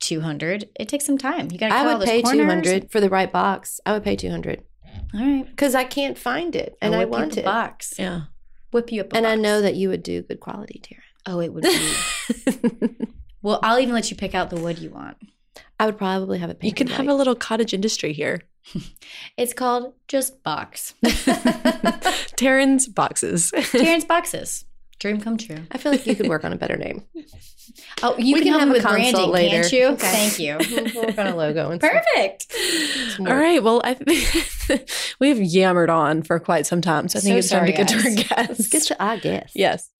D: two hundred. It takes some time. You got to.
C: I would
D: those
C: pay
D: corners.
C: two hundred for the right box. I would pay two hundred
D: All right.
C: because I can't find it and
D: I'll
C: I
D: whip you up
C: want
D: a
C: it.
D: box.
A: Yeah.
D: Whip you up. A
C: And I
D: box.
C: know that you would do good quality, Taryn.
D: (laughs) Oh, it would be.
C: (laughs)
D: well, I'll even let you pick out the wood you want.
C: I would probably have it.
A: you can
C: painted
A: have a
C: white.
A: little cottage industry here.
D: It's called just box. (laughs)
A: Taryn's boxes.
D: Terrence boxes. Dream come true.
C: I feel like you could work on a better name.
D: Oh, you
C: We
D: can,
C: can
D: help
C: have
D: me
C: a
D: with branding,
C: consult later.
D: can't you?
C: Okay.
D: Thank you.
C: (laughs) we'll work on a logo and stuff.
D: Perfect.
A: All right. Well, I (laughs) we have yammered on for quite some time, so I think
D: So
A: it's time to
D: sorry,
A: get to
D: guys.
A: our
C: Let's
A: guest.
C: get to our guess.
A: yes.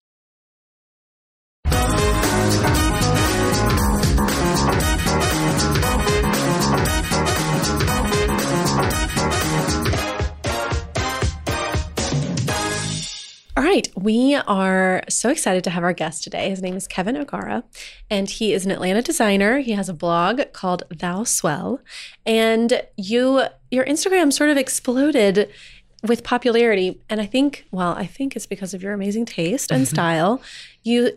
A: All right, we are so excited to have our guest today. His name is Kevin O'Gara, and he is an Atlanta designer. He has a blog called Thou Swell, and you your Instagram sort of exploded with popularity, and I think well, I think it's because of your amazing taste and style. You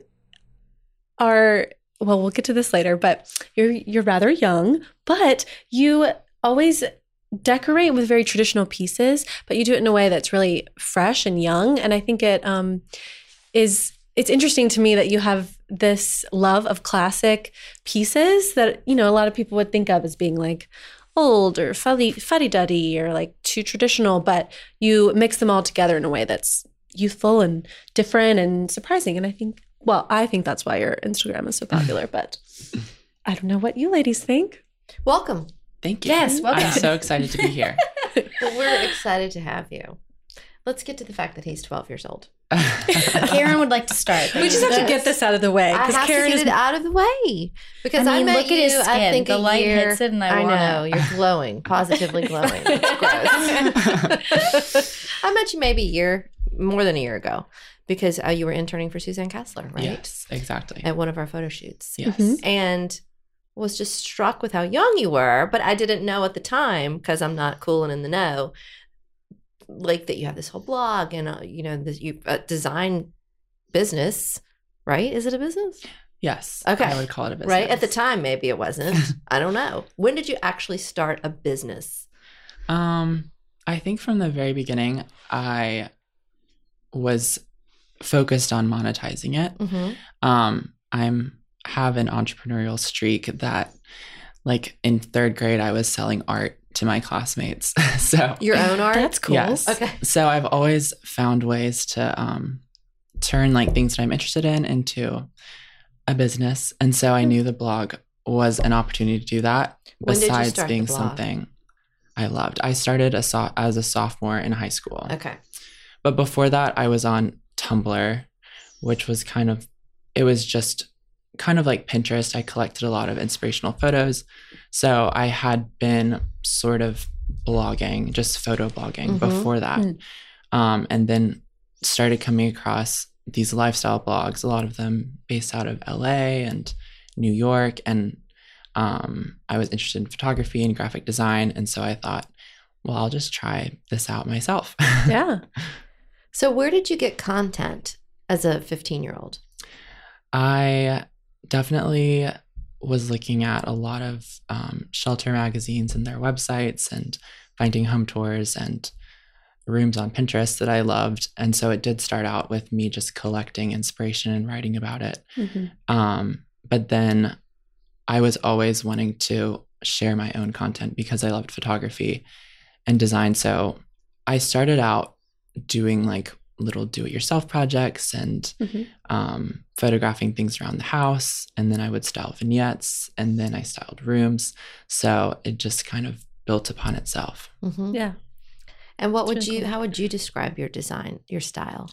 A: are well, we'll get to this later, but you're you're rather young, but you always decorate with very traditional pieces, but you do it in a way that's really fresh and young. And I think it um, is it's interesting to me that you have this love of classic pieces that you know a lot of people would think of as being like old or fuddy fuddy duddy or like too traditional, but you mix them all together in a way that's youthful and different and surprising. And I think, well, I think that's why your Instagram is so popular. but I don't know what you ladies think.
C: Welcome.
E: Thank you.
D: Yes, welcome.
E: (laughs) I'm so excited to
C: (laughs)
E: be here.
C: Well, we're excited to have you. Let's get to the fact that he's 12 years old.
D: Karen would like to start.
A: We just have to get this out of the way
C: I
A: because
C: have
A: Karen
C: to get
A: is
C: it out of the way because I,
D: I mean,
C: met
D: look
C: you,
D: at his skin.
C: I think
D: the
C: a
D: light
C: year-
D: hits it, and I,
C: I
D: want
C: know you're glowing, positively glowing. It's gross. I met you maybe a year, more than a year ago, because uh, you were interning for Suzanne Kessler, right?
E: Yes, exactly.
C: At one of our photo shoots,
E: Yes.
A: Mhm.
C: and was just struck with how young you were. But I didn't know at the time because I'm not cool and in the know, like that you have this whole blog and uh, you know this you uh, design business, right? Is it a business?
E: Yes.
C: Okay.
E: I would call it a business.
C: Right at the time, maybe it wasn't. I don't know. When did you actually start a business?
E: Um, I think from the very beginning, I was focused on monetizing it.
C: Mm-hmm.
E: Um, I'm have an entrepreneurial streak that, like in third grade, I was selling art to my classmates. (laughs) so
C: Your own art.
A: That's cool.
E: Yes.
C: okay.
E: so I've always found ways to um, turn like things that I'm interested in into a business, and so I knew the blog was an opportunity to do that.
C: Hmm. When did you
E: Besides
C: start the
E: being
C: blog?
E: something I loved, I started a so- as a sophomore in high school.
C: Okay.
E: But before that, I was on Tumblr, which was kind of, it was just kind of like Pinterest. I collected a lot of inspirational photos. So I had been sort of blogging, just photo
C: Mhm.
E: blogging before that.
A: Mm.
E: Um, and then started coming across these lifestyle blogs, a lot of them based out of LA and New York. And um, I was interested in photography and graphic design. And so I thought, well, I'll just try this out myself. (laughs)
A: yeah.
C: So where did you get content as a 15 year old?
E: I definitely was looking at a lot of um, shelter magazines and their websites and finding home tours and rooms on Pinterest that I loved. And so it did start out with me just collecting inspiration and writing about it.
A: Mm-hmm.
C: (laughs)
E: Um, but then I was always wanting to share my own content because I loved photography and design. So I started out doing like little do it yourself projects and
A: Mhm.
E: um, photographing things around the house. And then I would style vignettes and then I styled rooms. So it just kind of built upon itself.
C: Mm-hmm.
A: Yeah.
C: And what
A: It's
C: would
A: really
C: you?
A: cool.
C: How would you describe your design, your style?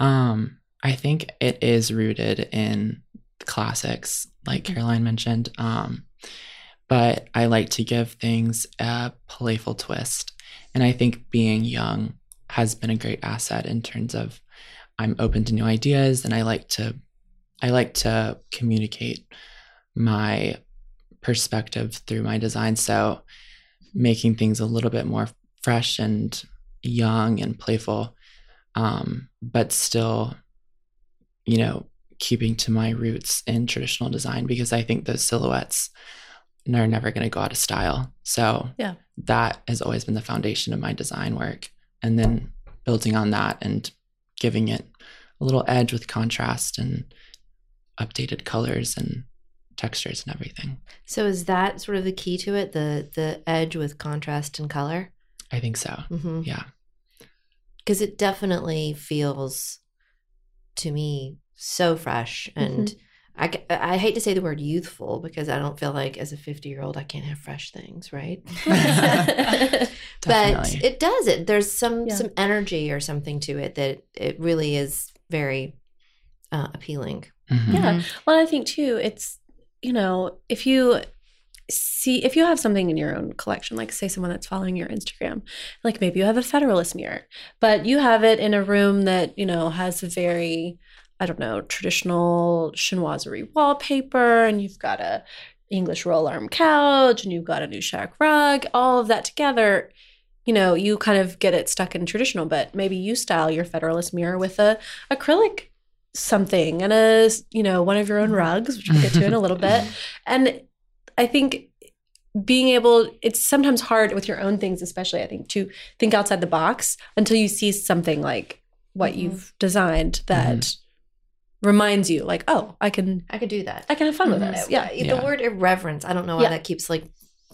E: Um, I think it is rooted in classics, like Caroline mentioned. Um, but I like to give things a playful twist. And I think being young has been a great asset in terms of I'm open to new ideas and I like to I like to communicate my perspective through my design. So making things a little bit more fresh and young and playful um, but still, you know, keeping to my roots in traditional design because I think those silhouettes are never going to go out of style. So
A: Yeah.
E: that has always been the foundation of my design work, and then building on that and giving it a little edge with contrast and updated colors and textures and everything.
C: So is that sort of the key to it? The the edge with contrast and color.
E: I think so.
C: Mm-hmm.
E: Yeah.
C: Because it definitely feels to me so fresh and.
A: Mm-hmm.
C: I, ca- I hate to say the word youthful because I don't feel like as a 50 year old I can't have fresh
A: (laughs)
C: things, right? (laughs) but
E: Definitely.
C: it does it there's some
A: Yeah.
C: some energy or something to it that it really is very uh, appealing
E: Mhm.
A: Yeah. (laughs) Well, I think too, it's, you know, if you see, if you have something in your own collection, like say someone that's following your Instagram, like maybe you have a Federalist mirror, but you have it in a room that, you know, has a very, I don't know, traditional chinoiserie wallpaper, and you've got a English roll arm couch, and you've got a new shack rug, all of that together. You know, you kind of get it stuck in traditional, but maybe you style your Federalist mirror with a acrylic something and a you know one of your own rugs which we'll get to in a little bit and i think being able it's sometimes hard with your own things especially i think to think outside the box until you see something like what
C: Mhm.
A: you've designed that reminds you like oh i can
C: i could do that Uh,
A: i can have fun with
C: Mm-hmm.
E: Mhm.
A: this yeah
E: Yeah.
C: the word irreverence i don't know why
A: Yeah.
C: that keeps like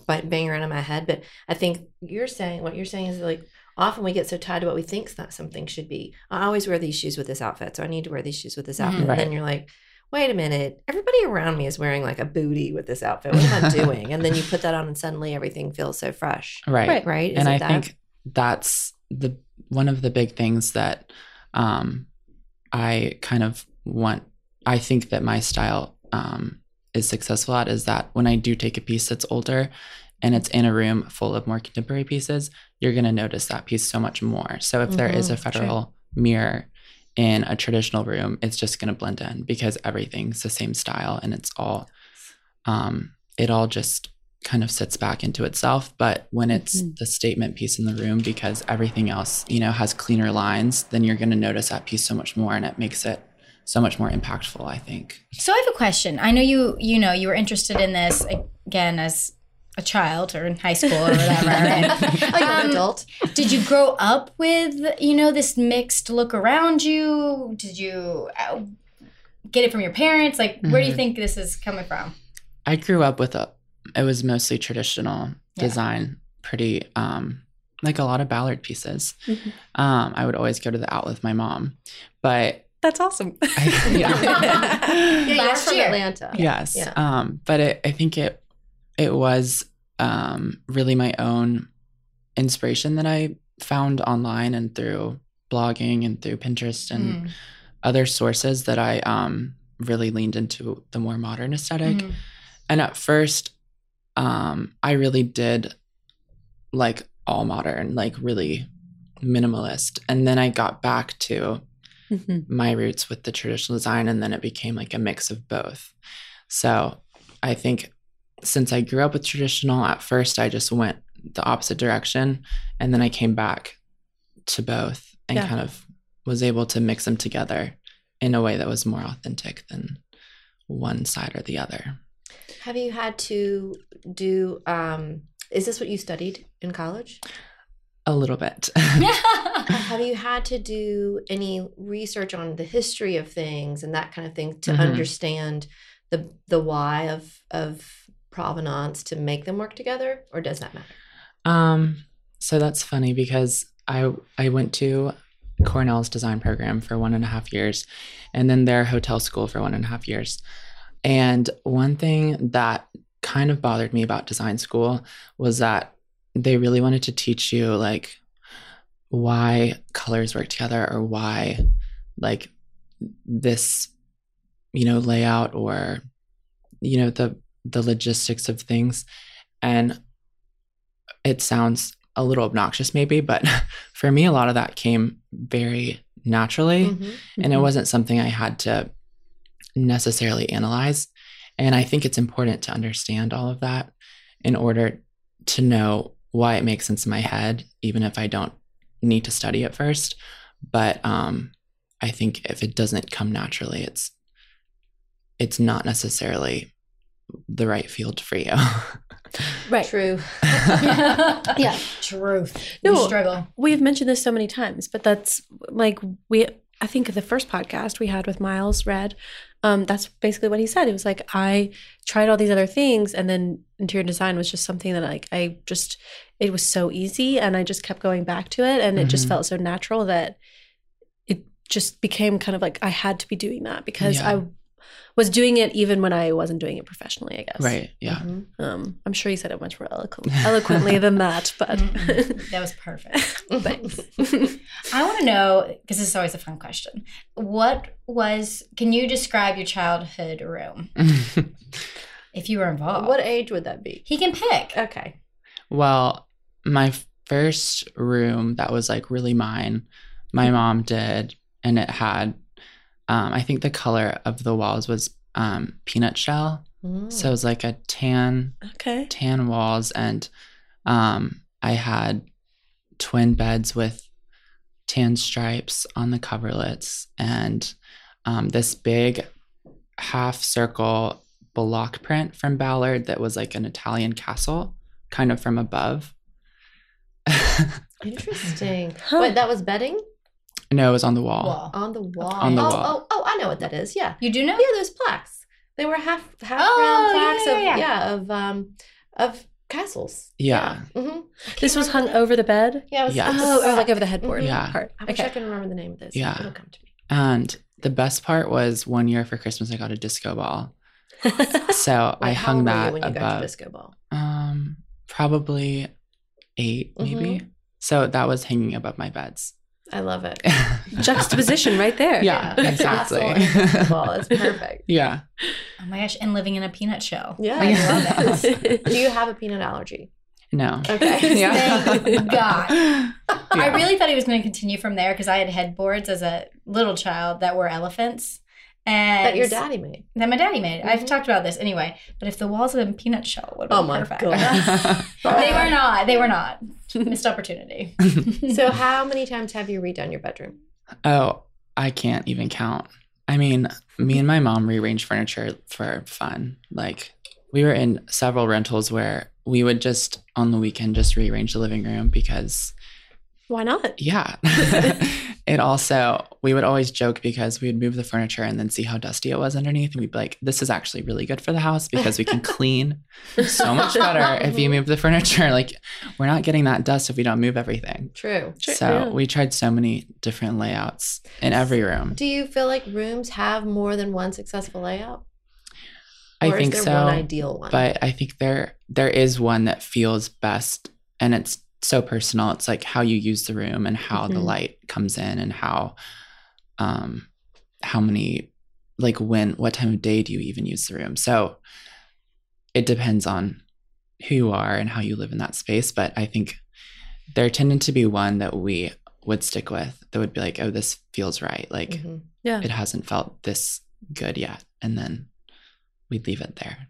C: bi- banging around in my head but i think you're saying what you're saying is like often we get so tied to what we think that something should be. I always wear these shoes with this outfit, so I need to wear these shoes with this
A: Mm-hmm.
C: outfit.
E: Right.
C: And then you're like, wait a minute, everybody around me is wearing like a booty with this outfit. What
E: (laughs)
C: am I doing? And then you put that on, and suddenly everything feels so fresh,
E: Right.
D: Right.
C: right?
E: and
C: Is it
E: I
C: that?
E: think that's the one of the big things that um, I kind of want. I think that my style um, is successful at is that when I do take a piece that's older and it's in a room full of more contemporary pieces, you're going to notice that piece so much more. So if there
C: Mm-hmm.
E: is a federal mirror in a traditional room, it's just going to blend in because everything's the same style and it's all um, it all just kind of sits back into itself. But when it's the statement piece in the room, because everything else, you know, has cleaner lines, then you're going to notice that piece so much more and it makes it so much more impactful, I think.
D: So I have a question. I know you, you know, you were interested in this again as a child or in high school or
C: (laughs)
D: whatever. (laughs)
B: Like an
D: Um,
B: adult.
D: Did you grow up with, you know, this mixed look around you? Did you uh, get it from your parents? Like, where do you
E: Mhm.
D: think this is coming from?
E: I grew up with a it was mostly traditional
D: Yeah.
E: design, pretty um like a lot of Ballard pieces.
A: Mhm.
E: Um, I would always go to the outlet with my mom, but
A: That's awesome. (laughs)
E: I, (laughs)
C: yeah, you're
D: Last
C: from
D: year.
C: Atlanta.
E: Yes.
C: Yeah.
E: Um, but it, I think it it was um, really my own inspiration that I found online and through blogging and through Pinterest and
C: Mm-hmm.
D: Mm.
E: other sources that I um, really leaned into the more modern aesthetic.
C: Mm-hmm.
D: Mhm.
E: And at first, um, I really did like all modern, like really minimalist. And then I got back to my roots with the traditional design and then it became like a mix of both so i think since i grew up with traditional at first i just went the opposite direction and then i came back to both and
C: Yeah.
E: kind of was able to mix them together in a way that was more authentic than one side or the other
C: Have you had to do? um Is this what you studied in college?
E: a little bit
D: Uh-huh.
C: Have you had to do any research on the history of things and that kind of thing to
E: Mhm.
C: understand the the why of of provenance to make them work together, or does that matter?
E: (laughs) Um, so that's funny because I I went to Cornell's design program for one and a half years, and then their hotel school for one and a half years. And one thing that kind of bothered me about design school was that they really wanted to teach you like why colors work together or why like this you know layout or you know the the logistics of things and it sounds a little obnoxious maybe but (laughs) for me a lot of that came very naturally
C: Mm-hmm.
E: and
A: Mm-hmm.
E: it wasn't something I had to necessarily analyze. And I think it's important to understand all of that in order to know why it makes sense in my head, even if I don't need to study it first. But um, I think if it doesn't come naturally, it's it's not necessarily the right field for you. (laughs)
A: Right.
C: (laughs) True.
D: yeah. Truth.
A: No.
D: No. struggle.
A: We've mentioned this so many times, but that's like we I think the first podcast we had with Miles Red, um, that's basically what he said. It was like I tried all these other things and then interior design was just something that like I just it was so easy and I just kept going back to it and it just
E: Mhm.
A: felt so natural that it just became kind of like I had to be doing that because
E: Yeah.
A: I was doing it even when I wasn't doing it professionally, I guess.
E: right. Yeah.
C: (laughs) Mhm.
A: Um, I'm sure he said it much more eloqu-
E: (laughs)
A: eloquently than that, but
D: Mm-mm. Mm-hmm. (laughs) that was perfect.
A: thanks.
D: I want to know because this is always a fun question. What was? Can you describe your childhood room if you were involved?
C: (laughs) What age would that be?
D: he can pick.
C: Okay.
E: Well, my first room that was like really mine, my mom did, and it had, um, I think the color of the walls was um, peanut shell, so it was like a tan,
A: (laughs) Okay.
E: tan walls, and um, I had twin beds with tan stripes on the coverlets, and um, this big half circle block print from Ballard that was like an Italian castle, kind of from above. (laughs)
C: Interesting.
A: Huh.
C: Wait, that was bedding
E: No, it was on the wall.
D: Wall.
C: on the wall.
E: On the
C: oh,
E: wall.
C: oh, oh, I know what that is. Yeah.
D: You do know?
C: Yeah, those plaques. They were half half
D: Oh,
C: round plaques
D: yeah, yeah,
C: of yeah, of um of castles.
E: Yeah.
C: hmm
A: This was hung over the bed.
C: Yeah. It was,
E: Yes.
A: Oh, oh, like over the headboard
E: Yeah.
A: part.
C: I wish I
A: Okay.
C: could remember the name of this.
E: Yeah.
C: It'll come to me.
E: And the best part was one year for Christmas, I got a
C: (laughs)
E: disco ball. So I
C: Wait, how
E: hung
C: old were you
E: that
C: when you got
E: above.
C: to disco ball.
E: Um, probably 8 maybe. So that was hanging above my beds. (laughs)
C: I love it.
A: (laughs) Juxtaposition right there.
E: Yeah,
C: Yeah. Castle
E: exactly.
C: and disco ball.
E: (laughs)
C: It's perfect.
E: yeah.
D: Oh my gosh, and living in a peanut shell.
C: Yeah.
D: I love it.
A: (laughs)
E: love it.
C: Do you have a peanut allergy?
E: No.
C: Okay.
E: (laughs) Yeah.
D: Thank God.
E: Yeah.
D: I really thought he was going to continue from there because I had headboards as a little child that were elephants. And
C: That your daddy made.
D: That my daddy made.
C: Mhm.
D: I've talked about this anyway. But if the walls had been peanut shell, would
C: Oh
D: have
C: my
D: been perfect.
C: God.
D: (laughs) they were not. They were not. Missed opportunity. (laughs)
C: So how many times have you redone your bedroom?
E: (laughs) oh, I can't even count. I mean, me and my mom rearranged furniture for fun. Like, we were in several rentals where we would just on the weekend just rearrange the living room because
A: Why not?
E: Yeah. (laughs) and also, we would always joke because we would move the furniture and then see how dusty it was underneath. And we'd be like, this is actually really good for the house because we
C: (laughs)
E: can clean so much better if you move the furniture. (laughs) Like, we're not getting that dust if we don't move everything.
C: True.
E: So,
A: yeah.
E: we tried so many different layouts in every room.
C: Do you feel like rooms have more than one successful layout?
E: I
C: or
E: think
C: is there
E: so.
C: one ideal one?
E: but I think there there is one that feels best and it's so personal. It's like how you use the room and how the
D: Mhm.
E: light comes in and how um how many like when what time of day do you even use the room. So it depends on who you are and how you live in that space, but I think there tended to be one that we would stick with that would be like, oh, this feels right. Like
C: Mhm.
E: it hasn't felt this good yet. And then we'd leave it there.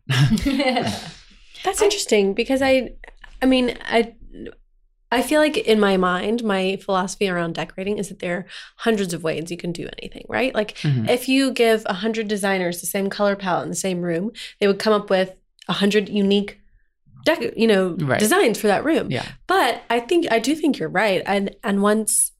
A: That's interesting because I, I mean, I, I feel like in my mind, my philosophy around decorating is that there are hundreds of ways you can do anything, right? Like
E: Mhm.
A: if you give a hundred designers the same color palette in the same room, they would come up with a hundred unique, dec- you know,
E: Right.
A: designs for that room.
E: Yeah.
A: But I think I do think you're right, and and once.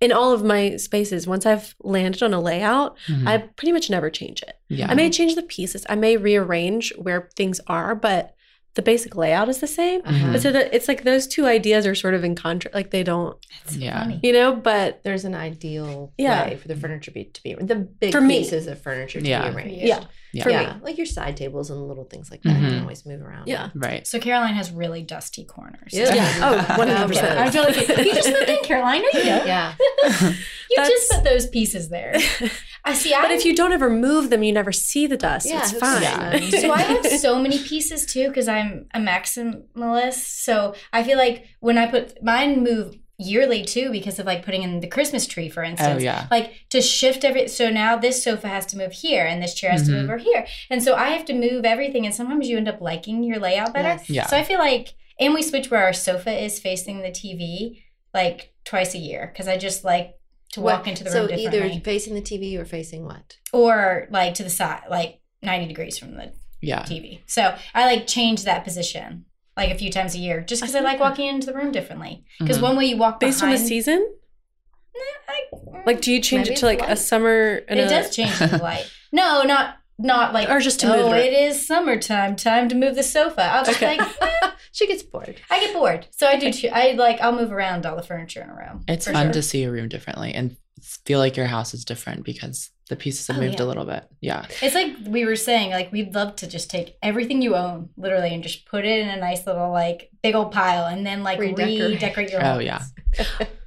A: In all of my spaces, once I've landed on a layout,
E: Mhm.
A: I pretty much never change it.
E: yeah.
A: I may change the pieces. I may rearrange where things are, but the basic layout is the same.
C: Uh-huh.
E: Mhm.
A: But so that it's like those two ideas are sort of in contrast. Like they don't,
D: That's
E: Yeah.
D: funny.
A: you know. But
C: There's an ideal
A: Yeah.
C: way for the furniture be, to be the big
A: For me.
C: pieces of furniture to
E: Yeah.
C: be arranged.
A: yeah,
E: Yeah.
A: for
C: yeah,
A: me,
C: like your side tables and little things like that you can
E: Mhm.
C: always move around.
A: yeah,
E: Right.
D: So Caroline has really dusty corners. (laughs)
C: Yeah. (laughs)
A: yeah. Oh, one hundred percent.
D: I feel like you just moved in, Caroline. No, you don't.
C: yeah.
D: You
A: That's-
D: just put those pieces there. I see. I
A: But if you don't ever move them, you never see the dust.
C: Yeah,
A: it's
C: who
A: fine. (laughs)
C: cares?
D: so I
E: (laughs)
D: have so many pieces too because I'm a maximalist. So I feel like when I put mine move yearly too because of like putting in the Christmas tree, for instance.
E: Oh yeah.
D: Like to shift every so now this sofa has to move here and this chair has to
E: Mhm.
D: move over here. And so I have to move everything and sometimes you end up liking your layout better.
C: Yes.
E: Yeah.
D: So I feel like, and we switch where our sofa is facing the TV like twice a year because I just like to walk
C: What-
D: into the
C: so
D: room
C: either
D: differently,
C: facing the TV or facing what?
D: or like to the side, like ninety degrees from the
E: yeah.
D: TV. So I like change that position like a few times a year just because I like walking into the room differently. Because
E: Mhm.
D: one way you walk
A: Mm-hmm. Based on the
D: behind-
A: season,
D: (laughs) I- mm,
A: like do you change
C: Maybe
A: it to like
C: it's
A: a
C: light.
A: summer? And
D: it
A: a,
D: does change the light. No, not not like
A: Or just to
D: oh,
A: move it.
D: it is summertime. Time to move the sofa. I'll just
A: Okay.
D: like eh,
C: She gets bored.
D: I get bored, so I do. Too. I like I'll move around all the furniture in a room.
E: It's
D: for
E: fun
D: sure.
E: to see a room differently and feel like your house is different because the pieces have
D: Oh,
E: moved
D: yeah.
E: a little bit. Yeah.
D: It's like we were saying, like we'd love to just take everything you own, literally, and just put it in a nice little like big old pile, and then like
C: Redecorate.
D: redecorate, your.
E: Oh
D: house.
E: yeah.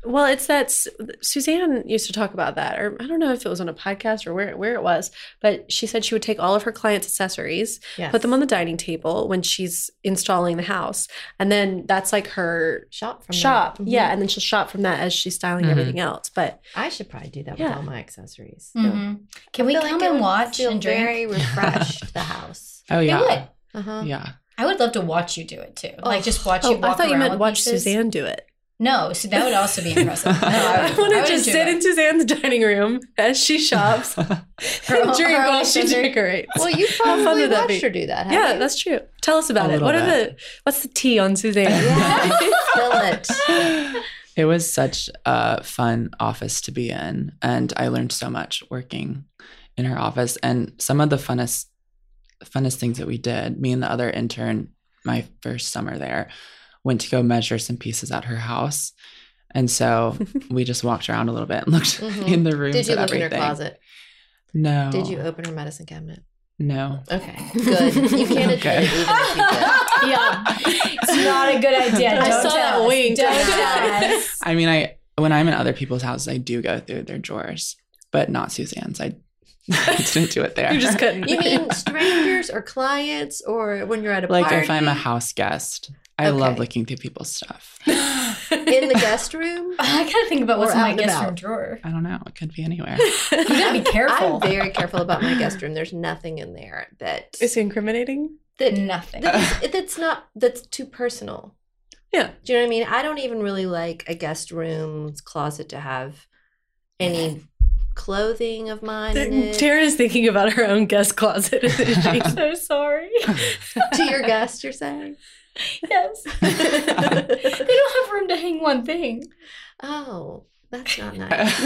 A: Well, it's that S- Suzanne used to talk about that, or I don't know if it was on a podcast or where where it was, but she said she would take all of her clients' accessories
C: Yes.
A: put them on the dining table when she's installing the house. And then that's like her
C: shop from
A: shop.
C: that. Mhm.
A: Yeah. And then she'll shop from that as she's styling
E: Mhm.
A: everything else. But
C: I should probably do that
A: Yeah. Mm-hmm.
C: with all my accessories.
D: Mhm. Can we
C: I feel like
D: come
C: it
D: and
C: would
D: watch
C: feel
D: and drink?
A: (laughs)
C: Very refreshed the house.
E: Oh
D: It
E: yeah.
D: would.
C: Uh-huh.
E: Yeah.
D: I would love to watch you do it too. Like just watch you.
A: oh,
D: Walk
A: I thought you
D: around
A: meant
D: with
A: watch
D: pieces.
A: Suzanne do it.
D: No, so that would also be impressive. No, I,
A: I
D: would-
A: want
D: I
A: to
D: would
A: just
D: do
A: sit
D: that.
A: in Suzanne's dining room as she
E: (laughs)
A: shops
D: Her
A: and
D: own-
A: drink
D: her own
A: while she
D: accessory.
A: decorates.
C: Well, you
A: fun
C: probably
A: would that be?
C: watched her do that. haven't
A: yeah,
C: you?
A: that's true. Tell us about it.
E: A little
A: What are the
E: bit.
A: what's the tea on Suzanne? (laughs)
D: (laughs)
C: Yes, spill it.
E: it was such a fun office to be in and i learned so much working in her office and some of the funnest funnest things that we did me and the other intern my first summer there, went to go measure some pieces at her house. And
C: (laughs)
E: so we just walked around a little bit and looked (laughs)
C: Mhm.
E: in the rooms
C: Did you
E: at
C: look in
E: everything.
C: her closet?
E: No.
C: Did you open her medicine cabinet?
E: No.
C: Okay, good. You can't admit it
E: Okay.
C: even if you did.
D: (laughs) yeah, it's not a good idea.
C: I
D: Don't
C: saw
D: tell
C: that
D: us.
C: wink.
D: Don't tell us.
E: I mean, I when I'm in other people's houses, I do go through their drawers, but not Suzanne's. I, (laughs) I didn't do it there.
A: couldn't.
C: (laughs) You
A: (laughs)
C: mean strangers or clients or when you're at a
E: like
C: party?
E: if I'm a house guest, I love
C: Okay.
E: looking through people's
C: (laughs)
E: stuff.
C: in the guest
D: (laughs)
C: room.
D: I gotta think about what's
C: Or
D: in my
C: out and
D: guest room
C: about.
D: drawer.
E: I don't know. It could
C: (laughs)
E: be anywhere. (laughs)
D: You gotta be careful.
C: I'm very careful about my guest room. There's nothing in there
A: (laughs)
C: that
F: Is he incriminating?
C: that,
D: Nothing.
C: that is, that's not that's too personal.
F: Yeah.
C: Do you know what I mean? I don't even really like a guest room's closet to have any clothing of mine in it.
F: Taryn is thinking about her own guest
A: (laughs)
F: closet. isn't she?
D: I'm so sorry.
C: (laughs) to your guest, you're saying?
D: yes. (laughs) They don't have room to hang one thing.
C: oh, that's
E: (laughs)
C: not nice.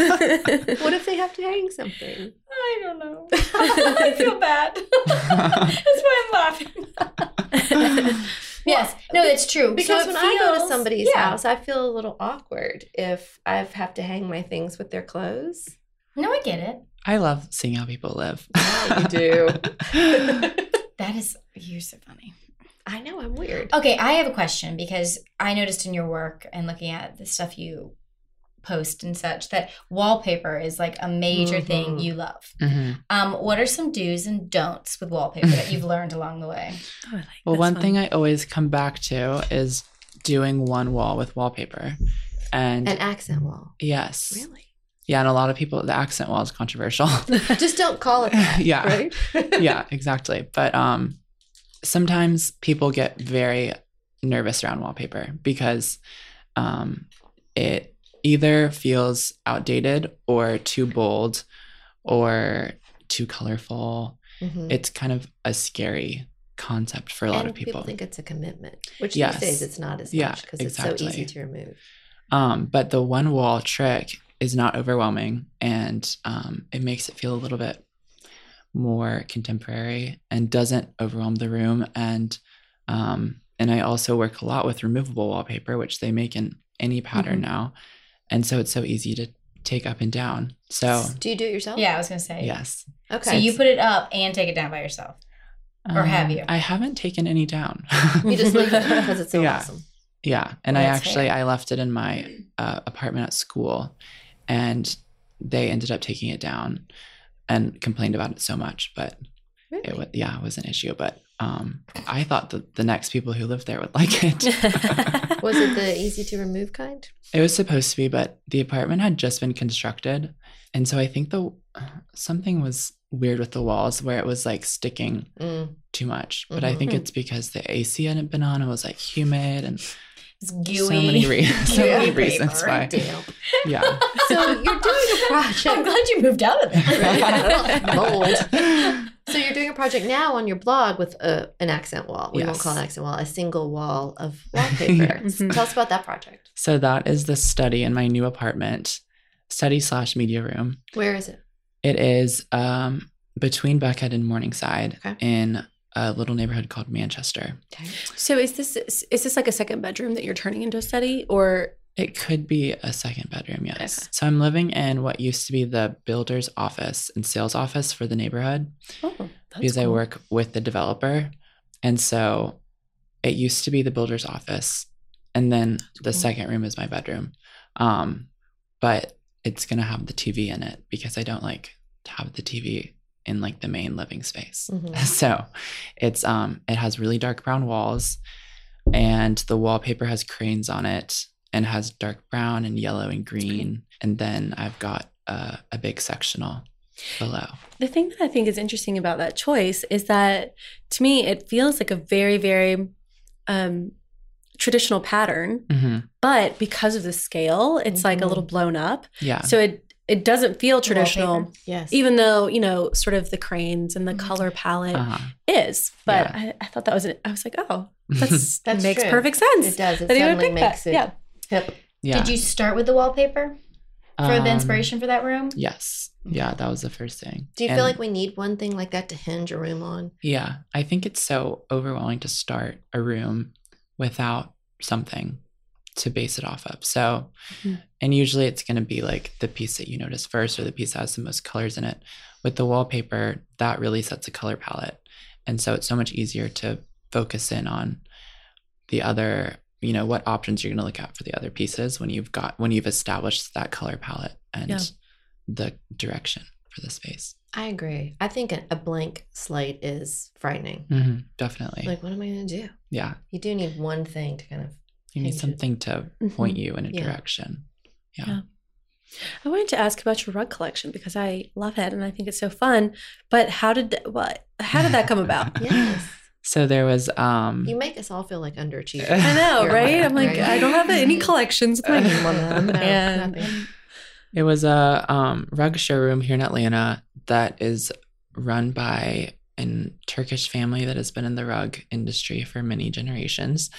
C: What if they have to hang something?
D: I don't know. (laughs) I feel bad. (laughs) That's why I'm laughing. Yes. No, it's true.
C: (laughs) Because
D: So it
C: when I go to
D: feels-
C: somebody's
D: yeah.
C: house, I feel a little awkward if I have to hang my things with their
E: (laughs)
C: clothes.
D: No, I get it.
E: I love seeing how people live.
C: Yeah, you
E: (laughs)
C: do.
D: That is, you're so funny.
C: (laughs) I know I'm weird.
D: Okay, I have a question because I noticed in your work and looking at the stuff you post and such that wallpaper is like a major thing
C: Mhm.
D: you love.
E: Mhm.
D: Um, what are some do's and don'ts with wallpaper that you've learned along the way?
F: Oh, I like
E: Well,
F: this
E: one thing I always come back to is doing one wall with wallpaper. And,
C: An accent wall.
E: yes.
C: Really?
E: Yeah. And a lot of people, the accent wall is controversial. (laughs)
C: Just don't call it that.
E: yeah.
C: Right?
E: (laughs)
C: (laughs)
E: yeah, exactly. But um sometimes people get very nervous around wallpaper because um it either feels outdated or too bold or too colorful.
C: Mhm.
E: It's kind of a scary concept for a lot
C: and
E: of people.
C: think it's a commitment, which
E: Yes.
C: these days it's not as
E: Yeah,
C: much because
E: exactly.
C: it's so easy to remove.
E: um but the one wall trick is not overwhelming and um it makes it feel a little bit more contemporary and doesn't overwhelm the room and um and i also work a lot with removable wallpaper which they make in any pattern
D: Mm-hmm.
E: now and so it's so easy to take up and down so
C: Do you do it yourself?
D: Yeah, I was gonna say.
E: yes
C: Okay.
D: So you put it up and take it down by yourself. Or have you?
E: Um, i haven't taken any down
C: (laughs)
E: (laughs)
C: You just leave it because it's so
E: Yeah.
C: awesome.
E: Yeah, and
D: Well,
E: I
D: that's
E: actually
D: fair.
E: I left it in my uh, apartment at school, and they ended up taking it down, and complained about it so much. But
C: Really?
E: it was yeah, it was an issue. But um, I thought that the next people who lived there would (laughs) like
D: (laughs)
E: it.
C: Was it
E: (laughs)
C: the easy to remove kind?
E: it was supposed to be, but the apartment had just been constructed, and so I think the something was weird with the walls where it was like sticking
C: Mm.
E: too much. But I
C: Mhm.
E: think
D: Mm-hmm.
A: Hmm.
E: it's because the AC hadn't been on. It was like humid and
D: It's gooey.
E: so many
D: (laughs)
E: re- (laughs) so
D: Gooey
E: many
D: paper.
E: reasons
D: (laughs)
E: why.
C: Damn.
E: Yeah.
C: So you're doing a
D: I'm
C: project.
D: glad you moved out of (laughs)
C: (laughs)
D: it.
C: Mold. So you're doing a project now on your blog with a, an accent wall. We won't
E: Yes.
C: call it an accent wall, a single wall (laughs) of wallpaper.
F: Mm-hmm.
A: Mhm.
C: Tell us about that project.
E: So that is the study in my new apartment, study slash media room.
C: Where is it?
E: It is um, between Buckhead and Morningside
C: Okay.
E: in a little neighborhood called Manchester.
A: (laughs) So is this is this like a second bedroom that you're turning into a study, or
E: It could be a second bedroom, yes.
A: Okay.
E: So I'm living in what used to be the builder's office and sales office for the neighborhood
A: oh, that's
E: because I
A: cool.
E: work with the developer. And so it used to be the builder's office. And then the second room is my bedroom. Um, but it's going to have the TV in it because I don't like to have the TV in like the main living space.
A: Mm.
C: Mhm.
E: (laughs) So it's, um, it has really dark brown walls and the wallpaper has cranes on it and has dark brown and yellow and green. And then I've got uh, a big sectional below.
A: The thing that I think is interesting about that choice is that to me it feels like a very very um, traditional pattern,
E: hmm
A: but because of the scale, it's like a
C: Mhm.
A: little blown up.
E: Yeah.
A: So it it doesn't feel traditional,
D: Wallpaper.
C: Yes.
A: even though you know sort of the cranes and the
D: Mhm.
A: color palette
E: Uh-huh.
A: is. But
E: Yeah.
A: I, I thought that was an, I was like
E: (laughs)
A: oh that's, that
C: That's
A: makes
C: true.
A: perfect
C: it
A: sense.
C: does. It
A: That he would
C: suddenly
A: pick that.
C: makes it
A: Yeah.
C: hip.
E: yeah.
D: Did you start with the wallpaper? for the
E: Um,
D: inspiration for that room?
E: Yes. Yeah, that was the first thing.
C: Mm-hmm. Do you
E: And-
C: feel like we need one thing like that to hinge a room on?
E: Yeah, I think it's so overwhelming to start a room without something to base it off of. So,
C: Mhm.
E: and usually it's going to be like the piece that you notice first or the piece that has the most colors in it. With the wallpaper, that really sets a color palette. And so it's so much easier to focus in on the other, you know, what options you're going to look at for the other pieces when you've got, when you've established that color palette and
F: Yeah.
E: the direction for the space.
C: I agree. I think a, a blank slate is frightening.
E: Mhm, definitely.
C: Like, what am I going to do?
E: yeah.
C: You do need one thing to kind (laughs) of.
E: You need
C: Changes. Mm-hmm.
E: something to point you in a
C: Yeah.
E: direction. Yeah.
F: Yeah. I wanted to ask about your rug collection because I love it and I think it's so fun. But how did what? How did that come
C: (laughs)
F: about?
C: Yes.
E: So there was um
C: You make us all feel like underachievers.
E: I
F: I know,
C: You're
F: right? I'm like,
C: right?
F: I don't have any collections with my name on them,
C: (laughs) No,
F: and
C: nothing.
E: it was a um rug showroom here in Atlanta that is run by an Turkish family that has been in the rug industry for many generations.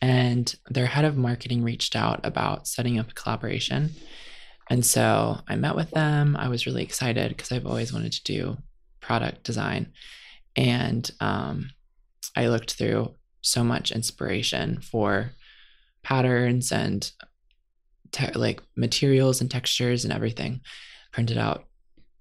E: And their head of marketing reached out about setting up a collaboration. And so I met with them. I was really excited because I've always wanted to do product design. And um, I looked through so much inspiration for patterns and te- like materials and textures and everything, printed out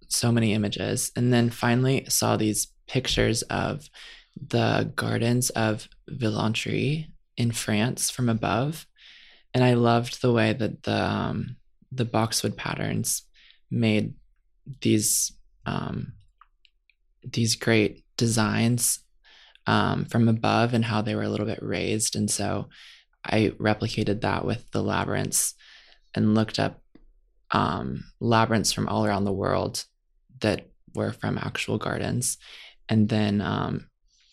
E: so many images. And then finally saw these pictures of the gardens of Villantry in France from above. And I loved the way that the, um, the boxwood patterns made these um, these great designs um, from above and how they were a little bit raised and so i replicated that with the labyrinths and looked up um, labyrinths from all around the world that were from actual gardens and then um,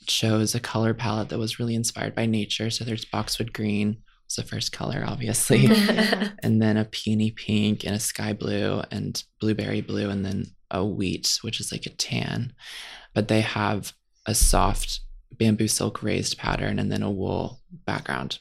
E: chose a color palette that was really inspired by nature so there's boxwood green was the first color obviously
C: Yeah.
E: and then a peony pink and a sky blue and blueberry blue and then a wheat which is like a tan but they have a soft bamboo silk raised pattern and then a wool background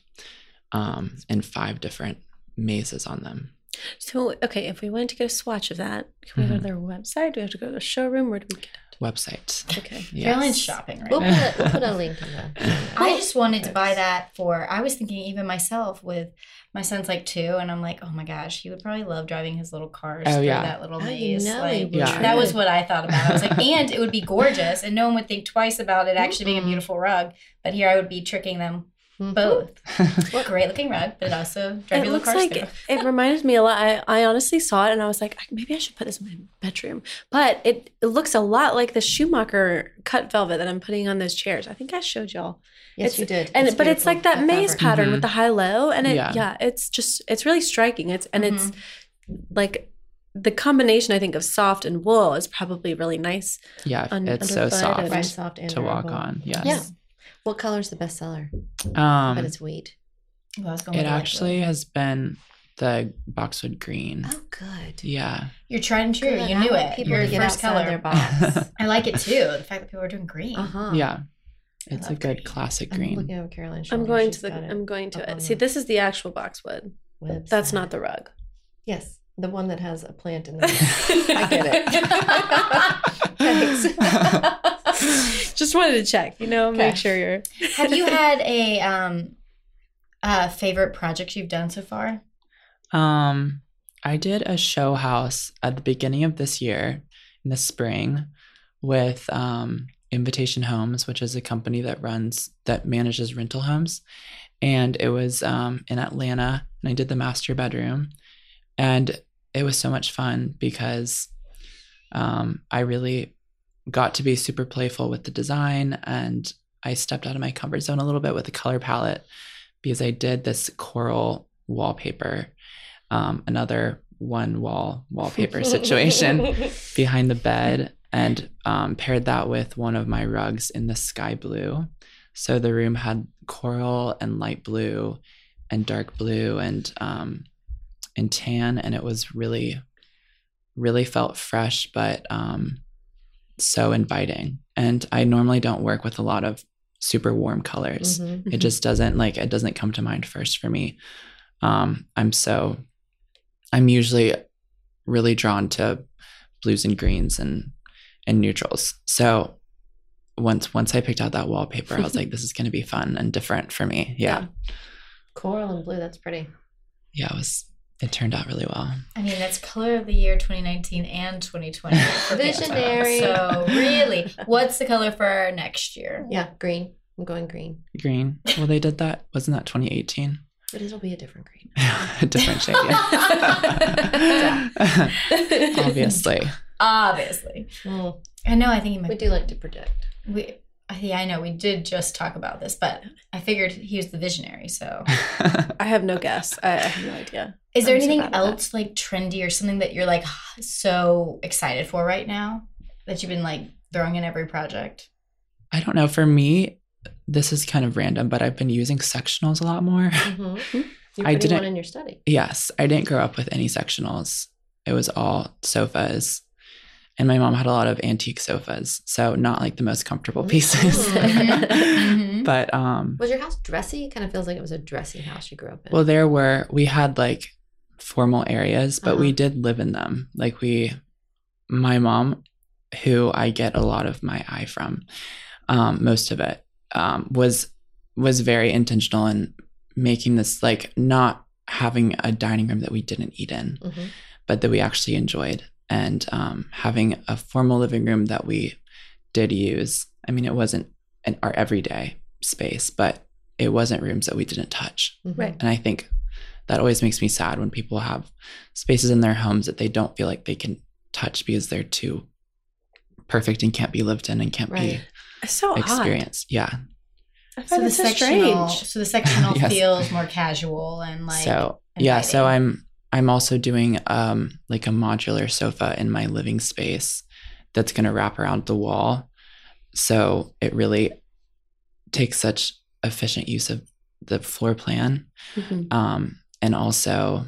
E: um, and five different mazes on them
F: so okay. If we wanted to get a swatch of that, can
C: Mm-hmm.
F: we go to their website? Do we have to go to the showroom? Where do we get
E: website
F: it? Okay.
B: Caroline's
E: Yes.
B: shopping right
C: We'll, put
B: now.
C: a, we'll put a link in that.
D: I just wanted to buy that for. I was thinking even myself with my son's like two, and I'm like, oh my gosh, he would probably love driving his little cars
E: Oh,
D: through
E: yeah.
D: that little
C: Oh, you
D: maze.
C: know he
D: like,
C: would.
E: Yeah.
D: That was what I thought about. I was
C: (laughs)
D: like, and it would be gorgeous, and no one would think twice about it actually being a
C: Mm-mm.
D: beautiful rug. But here I would be tricking them
C: Mm-hmm.
D: both. Great looking rug, but also drive your
F: it
D: little
F: looks
D: cars
F: like
D: through.
F: it, reminded me a lot. I, I honestly saw it and I was like, "I- maybe I should put this in my bedroom. But it, it looks a lot like the Schumacher cut velvet that I'm putting on those chairs. I think I showed y'all.
C: Yes,
F: It's-
C: you did.
F: And
C: It's
F: but it's
C: beautiful,
F: like that, maze
C: fabric.
F: pattern
E: Mhm.
F: with the high low, and it
E: Yeah.
F: yeah. it's just it's really striking. It's and it's
C: Mm-hmm.
F: like the combination I think of soft and wool is probably really nice.
E: (laughs) yeah
F: Un-
E: it's so
F: underfoot
E: soft
C: Very soft and
E: to walk
C: durable.
E: on yes
C: Yeah. What color's the bestseller? but
E: um,
C: it's wheat.
D: Well, I was going
E: it
D: with light blue.
E: actually has been the boxwood green
C: Oh, good.
E: yeah
D: You're tried and true.
C: Good.
D: You
C: I
D: knew
C: want
D: it.
C: People
D: Your
C: to get
D: first
C: outside
D: color.
C: their box.
D: I like it too. The fact that people are doing green.
C: uh
D: (laughs)
C: (laughs) huh.
E: yeah
D: I
E: it's a
D: love
E: good
D: green.
E: classic
C: I'm
E: green
C: looking over Caroline's
F: I'm
C: shoulder.
F: going
C: She's
F: to the
C: got it.
F: I'm going
C: up
F: to
C: on
F: it. See,
C: the
F: this is the actual boxwood. That's
C: website.
F: not the
C: (laughs)
F: rug.
C: Yes, the one that has a plant
A: (laughs)
C: in the middle. I get it.
F: (laughs)
C: Thanks.
F: Just wanted to check. You know,
D: Okay.
F: make sure
C: (laughs)
F: you're.
D: Have
A: (laughs)
F: (laughs)
D: you had a um, uh, favorite project you've done so far?
E: (laughs) Um, I did a show house at the beginning of this year in the spring with um, Invitation Homes, which is a company that runs that manages rental homes, and it was um, in Atlanta, and I did the master bedroom, and it was so much fun because um, I really got to be super playful with the design and I stepped out of my comfort zone a little bit with the color palette because I did this coral wallpaper, um, another one wall
C: (laughs)
E: wallpaper situation behind the bed, and um, paired that with one of my rugs in the sky blue. So the room had coral and light blue and dark blue and um, and tan, and it was really, really felt fresh, but um, so inviting. And I normally don't work with a lot of super warm colors
C: Mhm.
E: it just doesn't like it doesn't come to mind first for me um i'm so i'm usually really drawn to blues and greens and and neutrals. So once once I picked out that wallpaper, I was (laughs) like, this is gonna be fun and different for me. Yeah.
C: Coral and blue. That's pretty.
E: Yeah, it was it turned out really well.
D: I mean, that's color of the year 2019 and 2020. for me.
C: Visionary.
D: So, really, what's the color for our next year?
C: Yeah, green. I'm going green,
E: Green. Well they did that, wasn't that twenty eighteen? (laughs)
C: but it'll be a different green.
E: different shade. (laughs) yeah. Obviously. (laughs)
D: Obviously.
C: Mm.
D: I know, I think you
C: We
D: might.
C: do like to predict.
D: We, I- yeah, I know, we did just talk about this, but I figured he was the visionary, so.
A: I have no guess. I, I have no idea.
D: Is there
A: I'm so
D: anything
A: bad at that.
D: else like trendy or something that you're like so excited for right now that you've been like throwing in every project?
E: I don't know. For me, this is kind of random, but I've been using sectionals a lot more. (laughs)
C: Mm-hmm. You're
E: Hmm. I
C: putting one
E: didn't-
C: in your study.
E: yes, I didn't grow up with any sectionals. It was all sofas. And my mom had a lot of antique sofas, so not like the most comfortable pieces. (laughs)
C: Mhm.
D: Mhm.
E: but um
C: Was your house dressy? It kind of feels like it was a dressy house you grew up in.
E: well there were we had like formal areas, but we
C: Uh-huh.
E: did live in them. Like we my mom, who I get a lot of my eye from, um, most of it, um, was was very intentional in making this like not having a dining room that we didn't eat in.
C: Mhm.
E: but that we actually enjoyed and um, having a formal living room that we did use i mean it wasn't an, our everyday space but it wasn't rooms that we didn't touch
C: Mhm.
A: Right.
E: and i think that always makes me sad when people have spaces in their homes that they don't feel like they can touch because they're too perfect and can't be lived in and can't
C: Right.
A: It's so
E: be
A: odd.
E: experienced yeah
A: I
D: Oh, So
A: find
D: the
A: it so
D: sectional,
A: strange.
D: so the sectional
E: (laughs) Yes.
D: feels more casual and like
E: so yeah so
D: inviting.
E: i'm i'm also doing um like a modular sofa in my living space that's going to wrap around the wall so it really takes such efficient use of the floor plan
A: Mhm.
E: um and also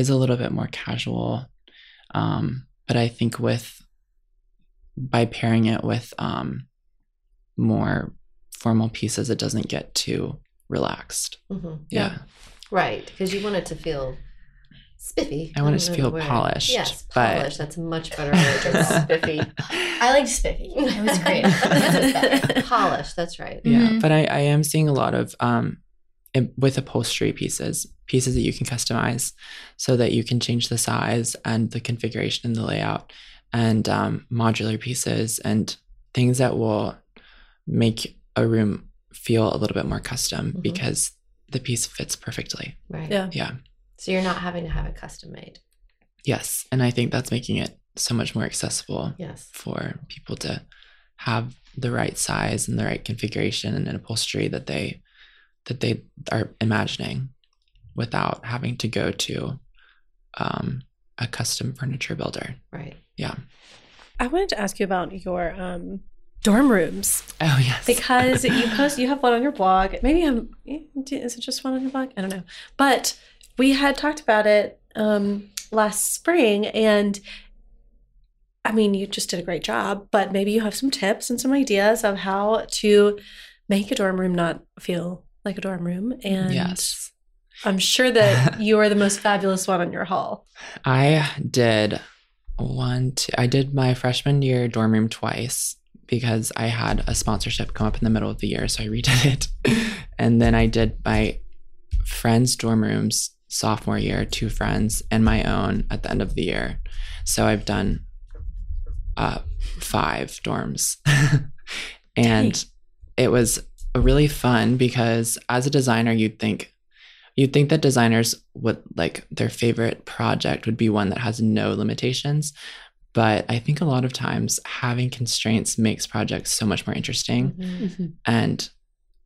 E: is a little bit more casual um but i think with by pairing it with um more formal pieces it doesn't get too relaxed
C: Mhm.
E: yeah.
C: Right. Because you want it to feel spiffy.
E: I want it
C: don't
E: to
C: know
E: feel
C: the word.
E: polished,
C: Yes,
E: but-
C: polished. That's a much better word than
E: (laughs)
C: spiffy.
D: I liked spiffy. It (laughs) was great.
C: (laughs) polished. That's right.
E: Yeah,
D: Mhm.
E: but I, I am seeing a lot of um, in- with upholstery pieces, pieces that you can customize, so that you can change the size and the configuration and the layout, and um, modular pieces and things that will make a room feel a little bit more custom
C: Mhm.
E: because the piece fits perfectly.
C: Right.
A: Yeah.
E: Yeah.
C: So you're not having to have it custom made.
E: Yes, and I think that's making it so much more accessible
C: Yes.
E: for people to have the right size and the right configuration and upholstery that they that they are imagining without having to go to um, a custom furniture builder.
C: Right.
A: I wanted to ask you about your um, dorm rooms
E: Oh yes.
A: because you post you have one on your blog. Maybe I'm is it just one on your blog? I don't know. But we had talked about it um, last spring, and I mean, you just did a great job. But maybe you have some tips and some ideas of how to make a dorm room not feel like a dorm room. And
E: yes.
A: I'm
F: (laughs)
A: sure that you are the most fabulous one on your hall.
E: I did one, two, I did my freshman year dorm room twice because I had a sponsorship come up in the middle of the year. So I redid (laughs) it. and then I did my friends' dorm rooms sophomore year, two friends, and my own at the end of the year. So I've done uh, five dorms. (laughs) and it was really fun because as a designer, you'd think You'd think that designers would like their favorite project would be one that has no limitations. But I think a lot of times having constraints makes projects so much more interesting
C: Mhm.
F: Mm-hmm.
E: and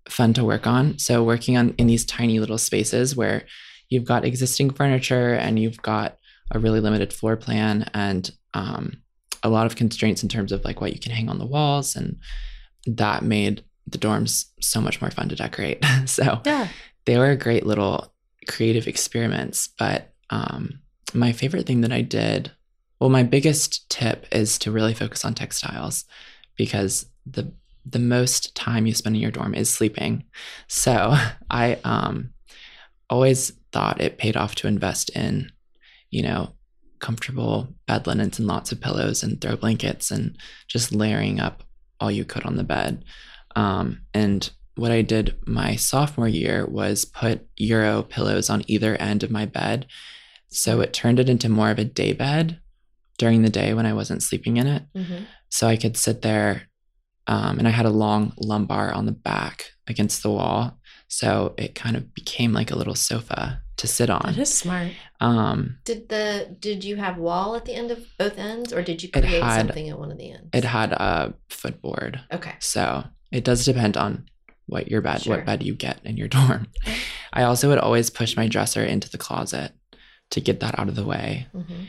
E: fun to work on. So working on in these tiny little spaces where you've got existing furniture and you've got a really limited floor plan and um, a lot of constraints in terms of like what you can hang on the walls and that made the dorms so much more fun to decorate. (laughs) so
A: Yeah.
E: they were great little creative experiments. But um, my favorite thing that I did, well, my biggest tip is to really focus on textiles because the the most time you spend in your dorm is sleeping. So (laughs) I um, always thought it paid off to invest in, you know, comfortable bed linens and lots of pillows and throw blankets and just layering up all you could on the bed. Um, and what I did my sophomore year was put Euro pillows on either end of my bed. So it turned it into more of a day bed during the day when I wasn't sleeping in it.
C: Mm-hmm.
E: So I could sit there um, and I had a long lumbar on the back against the wall. So it kind of became like a little sofa to sit
F: That
E: on.
A: Mm-hmm.
F: is smart.
E: Um,
C: Did the did you have wall at the end of both ends, or did you
E: It
C: create
E: had-
C: something at one of the ends?
E: it had a footboard.
C: okay.
E: So it does depend on what your bed,
C: Sure.
E: what bed you get in your (laughs) dorm.
C: Okay.
E: I also would always push my dresser into the closet to get that out of the way.
C: Mm-hmm.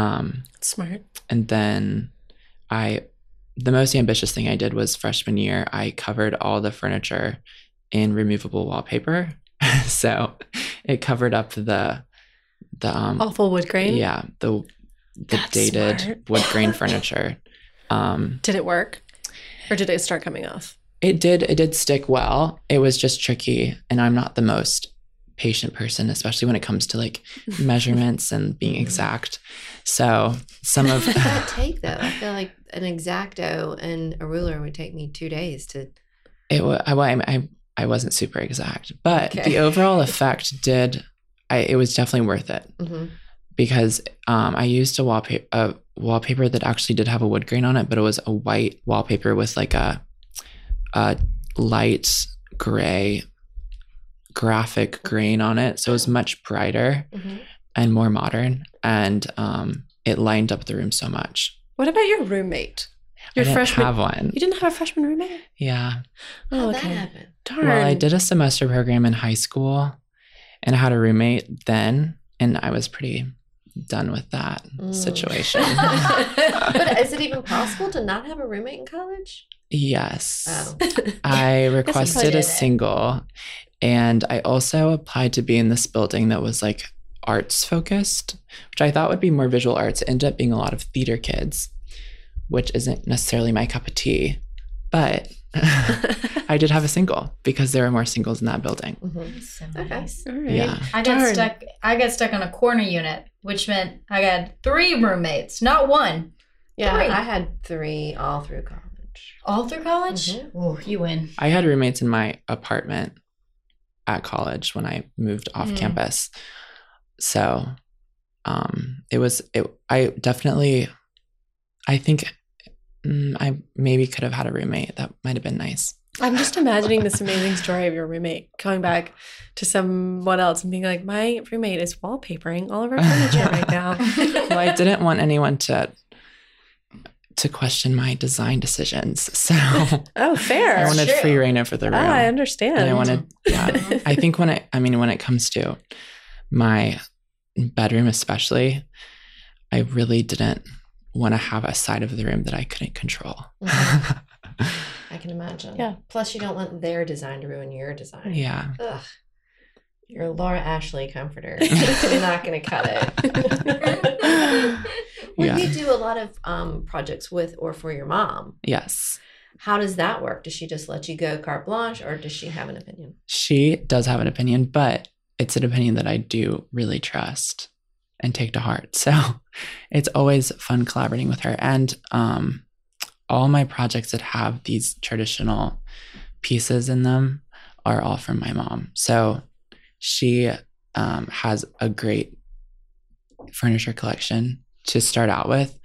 E: Um,
F: Smart.
E: and then I, the most ambitious thing I did was freshman year, I covered all the furniture in removable wallpaper. (laughs) so it covered up the, the, um,
F: Awful wood grain.
E: yeah, the, the
F: Oh, That's
E: dated
F: smart.
E: wood
F: (laughs)
E: grain furniture. Um,
F: Did it work? Or did it start coming off?
E: It did. It did stick well. It was just tricky, and I'm not the most patient person, especially when it comes to like measurements
F: (laughs)
E: and being
F: Mm-hmm.
E: exact. So some of
C: What did that take though? I feel like an exacto and a ruler would take me two days to.
E: it, wa- I, I, I- I wasn't super exact, but
C: Okay.
E: the overall effect did. I, it was definitely worth it
C: Mhm.
E: because um, I used a wallpaper, a wallpaper that actually did have a wood grain on it, but it was a white wallpaper with like a, a light gray graphic grain on it. So it was much brighter
C: Mhm.
E: and more modern. And um, it lined up the room so much.
F: What about your roommate? Your
E: I didn't
F: freshman.
E: have one.
F: you didn't have a freshman roommate?
E: Yeah.
F: Oh,
C: How'd that
F: okay.
C: happen?
F: Darn.
E: Well, I (laughs) did a semester program in high school and I had a roommate then, and I was pretty done with that
C: Mm.
E: situation.
C: (laughs) but is it even possible to not have a roommate in college?
E: yes.
C: (laughs) Oh,
E: I
D: you
E: requested
D: did
E: a
D: it.
E: single and I also applied to be in this building that was like arts focused, which I thought would be more visual arts. It ended up being a lot of theater kids, which isn't necessarily my cup of tea. But (laughs) I did have a single because there were more singles in that building.
C: Mhm.
B: That's
D: (laughs)
B: so
C: Okay.
B: nice.
F: (laughs) All right.
E: Yeah.
D: I got
F: Darn.
D: stuck. I got stuck on a corner unit, which meant I got three roommates, not one,
C: yeah,
D: Three.
C: I had three all through college.
D: all through college.
C: Mhm.
D: Oh, you win.
E: I had roommates in my apartment at college when I moved off
F: Mm-hmm.
D: Mm.
E: campus. So um it was it I definitely I think mm, I maybe could have had a roommate. That might have been nice.
F: I'm just imagining this amazing story of your roommate coming back to someone else and being like, "My roommate is wallpapering all of our furniture right now."
E: (laughs) well, I didn't want anyone to to question my design decisions.
F: (laughs)
E: So
F: Oh, fair.
E: I
D: That's
E: wanted
D: true.
E: free reign over the
F: Oh,
E: room.
F: I understand.
E: and I wanted yeah. I think when it, I mean, when it comes to my bedroom, especially, I really didn't want to have a side of the room that I couldn't control.
C: Mhm. I can imagine.
F: Yeah.
C: Plus, you don't want their design to ruin your design.
E: (laughs) yeah.
C: Ugh. Your Laura Ashley
E: (laughs)
C: comforter. I'm not going to cut
E: (laughs)
C: it. (laughs) when
E: Yeah.
C: you do a lot of um, projects with or for your mom,
E: Yes.
C: how does that work? Does she just let you go carte blanche or does she have an opinion?
E: She does have an opinion, but it's an opinion that I do really trust and take to heart. (laughs) So it's always fun collaborating with her. And um, all my projects that have these traditional pieces in them are all from my mom. So she um, has a great furniture collection to start out with.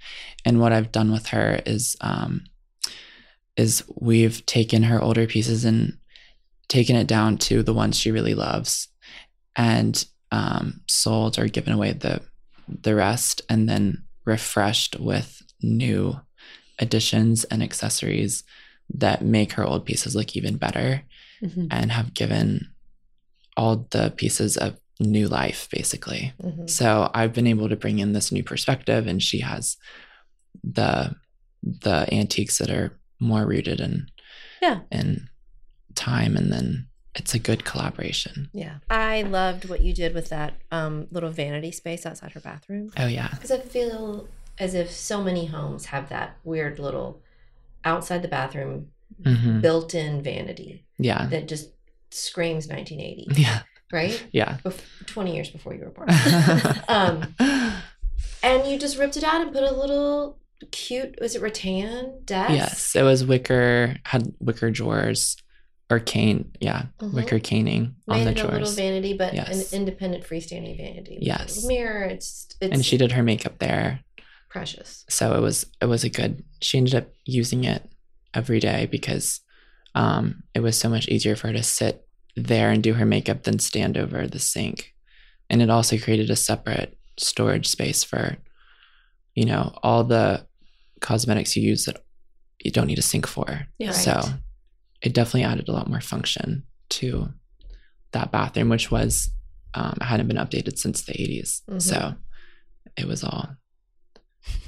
E: And what I've done with her is um, is we've taken her older pieces and taken it down to the ones she really loves and um, sold or given away the the rest and then refreshed with new additions and accessories that make her old pieces look even better
F: Mhm.
E: and have given all the pieces a new life basically
C: Mhm.
E: so i've been able to bring in this new perspective and she has the the antiques that are more rooted in
F: Yeah.
E: in time and then it's a good collaboration
C: Yeah. I loved what you did with that um, little vanity space outside her bathroom.
E: oh yeah
C: Because I feel as if so many homes have that weird little outside the bathroom
E: hmm
C: built in vanity
E: yeah
C: that just screams 1980,
E: (laughs) yeah
C: right?
E: yeah
C: Bef- 20 years before you were born.
E: um,
C: Um, and you just ripped it out and put a little cute. Was it rattan desk?
E: Yes, it was wicker, had wicker drawers or cane. Yeah,
C: Mhm.
E: wicker caning on
C: Made
E: the
C: it a little
E: drawers.
C: vanity, but
E: Yes.
C: an independent freestanding vanity. with a
E: Yes.
C: little mirror. It's it's
E: And she did her makeup there.
C: precious.
E: So it was it was a good she ended up using it every day because um it was so much easier for her to sit there and do her makeup than stand over the sink. And it also created a separate storage space for, you know, all the cosmetics you use that you don't need a sink for.
F: Yeah.
E: So it definitely added a lot more function to that bathroom, which was um, hadn't been updated since the 80s.
C: Mhm.
E: So it was all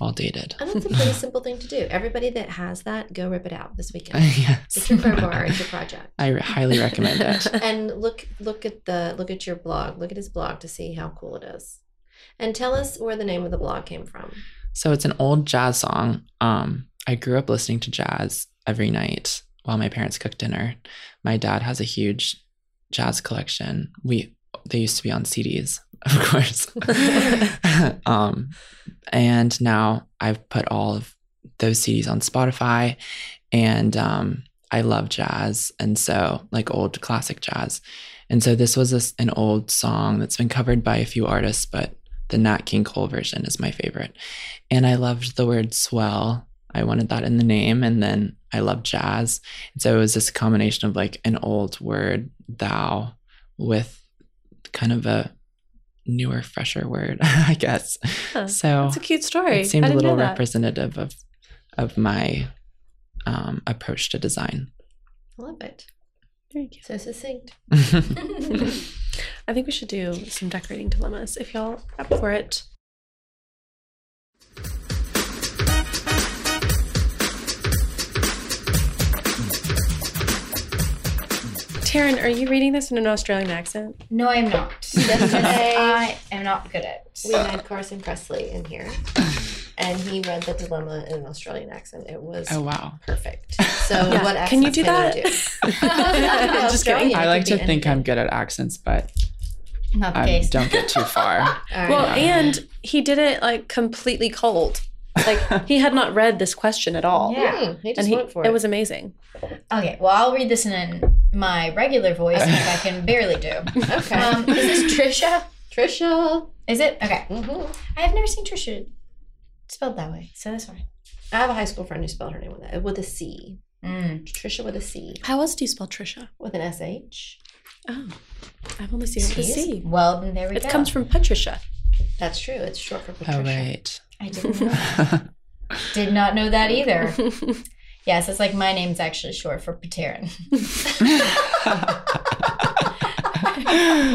E: all dated.
C: And that's a
E: (laughs)
C: pretty simple thing to do. Everybody that has that, go rip it out this weekend.
E: (laughs) yes.
C: It's your crowbar. It's your project.
E: (laughs) I highly recommend it.
C: and look look at the look at your blog look at his blog to see how cool it is and tell us where the name of the blog came from
E: So it's an old jazz song. Um, I grew up listening to jazz every night while my parents cooked dinner. My dad has a huge jazz collection. We they used to be on CDs, (laughs) of course. um, and now I've put all of those CDs on Spotify, and um, I love jazz, and so like old classic jazz. And so this was a s an old song that's been covered by a few artists, but the Nat King Cole version is my favorite. And I loved the word swell. I wanted that in the name. And then I love jazz. And so it was this combination of like an old word, thou, with kind of a newer, fresher word, (laughs) I guess.
F: Huh. (laughs)
E: So
F: It's a cute story.
E: it seemed
F: I
E: a
F: didn't
E: little
F: know that.
E: representative of of my um, approach to
F: (laughs)
E: design.
C: i love it
F: Very cute.
C: so succinct
F: I think we should do some decorating dilemmas if y'all up for it. Taryn, are you reading this in an Australian accent?
D: (laughs) No, I am (laughs) not.
C: Yesterday-
D: I am not good at.
C: we had carson presley in here and he read the dilemma in an australian accent it was
E: oh wow.
C: (laughs) perfect so
F: Yeah.
C: what accent
F: Can you do
C: (laughs)
F: that?
C: do?
F: Just kidding.
E: I like to think I'm good at accents, but
D: Not the
E: I
D: case.
E: don't get too (laughs) far.
C: All right.
F: Well, and he did it like completely cold. Like he had not read this question at all.
D: Yeah.
C: Mm, he just
F: And he,
C: went for
F: it.
C: it.
F: was amazing.
D: Okay, well, I'll read this in my regular voice, which I can barely (laughs) do.
C: okay.
D: Um, is this Trisha?
C: Trisha.
D: Is it? Okay.
C: hmm
D: I have never seen Trisha spelled that way, so that's fine.
C: I have a high school friend who spelled her name with a, with a C.
D: Mm.
C: Trisha with a C.
F: How else do you spell Trisha?
C: With an S H.
F: Oh, I've only seen it with a C.
D: Well, then there we
F: It
D: go.
F: comes from Patricia.
C: That's true. It's short for Patricia.
E: All Oh, right.
D: I didn't know. (laughs) Did not know
F: (laughs)
D: that either. yes, it's like my name's actually short for Paterin.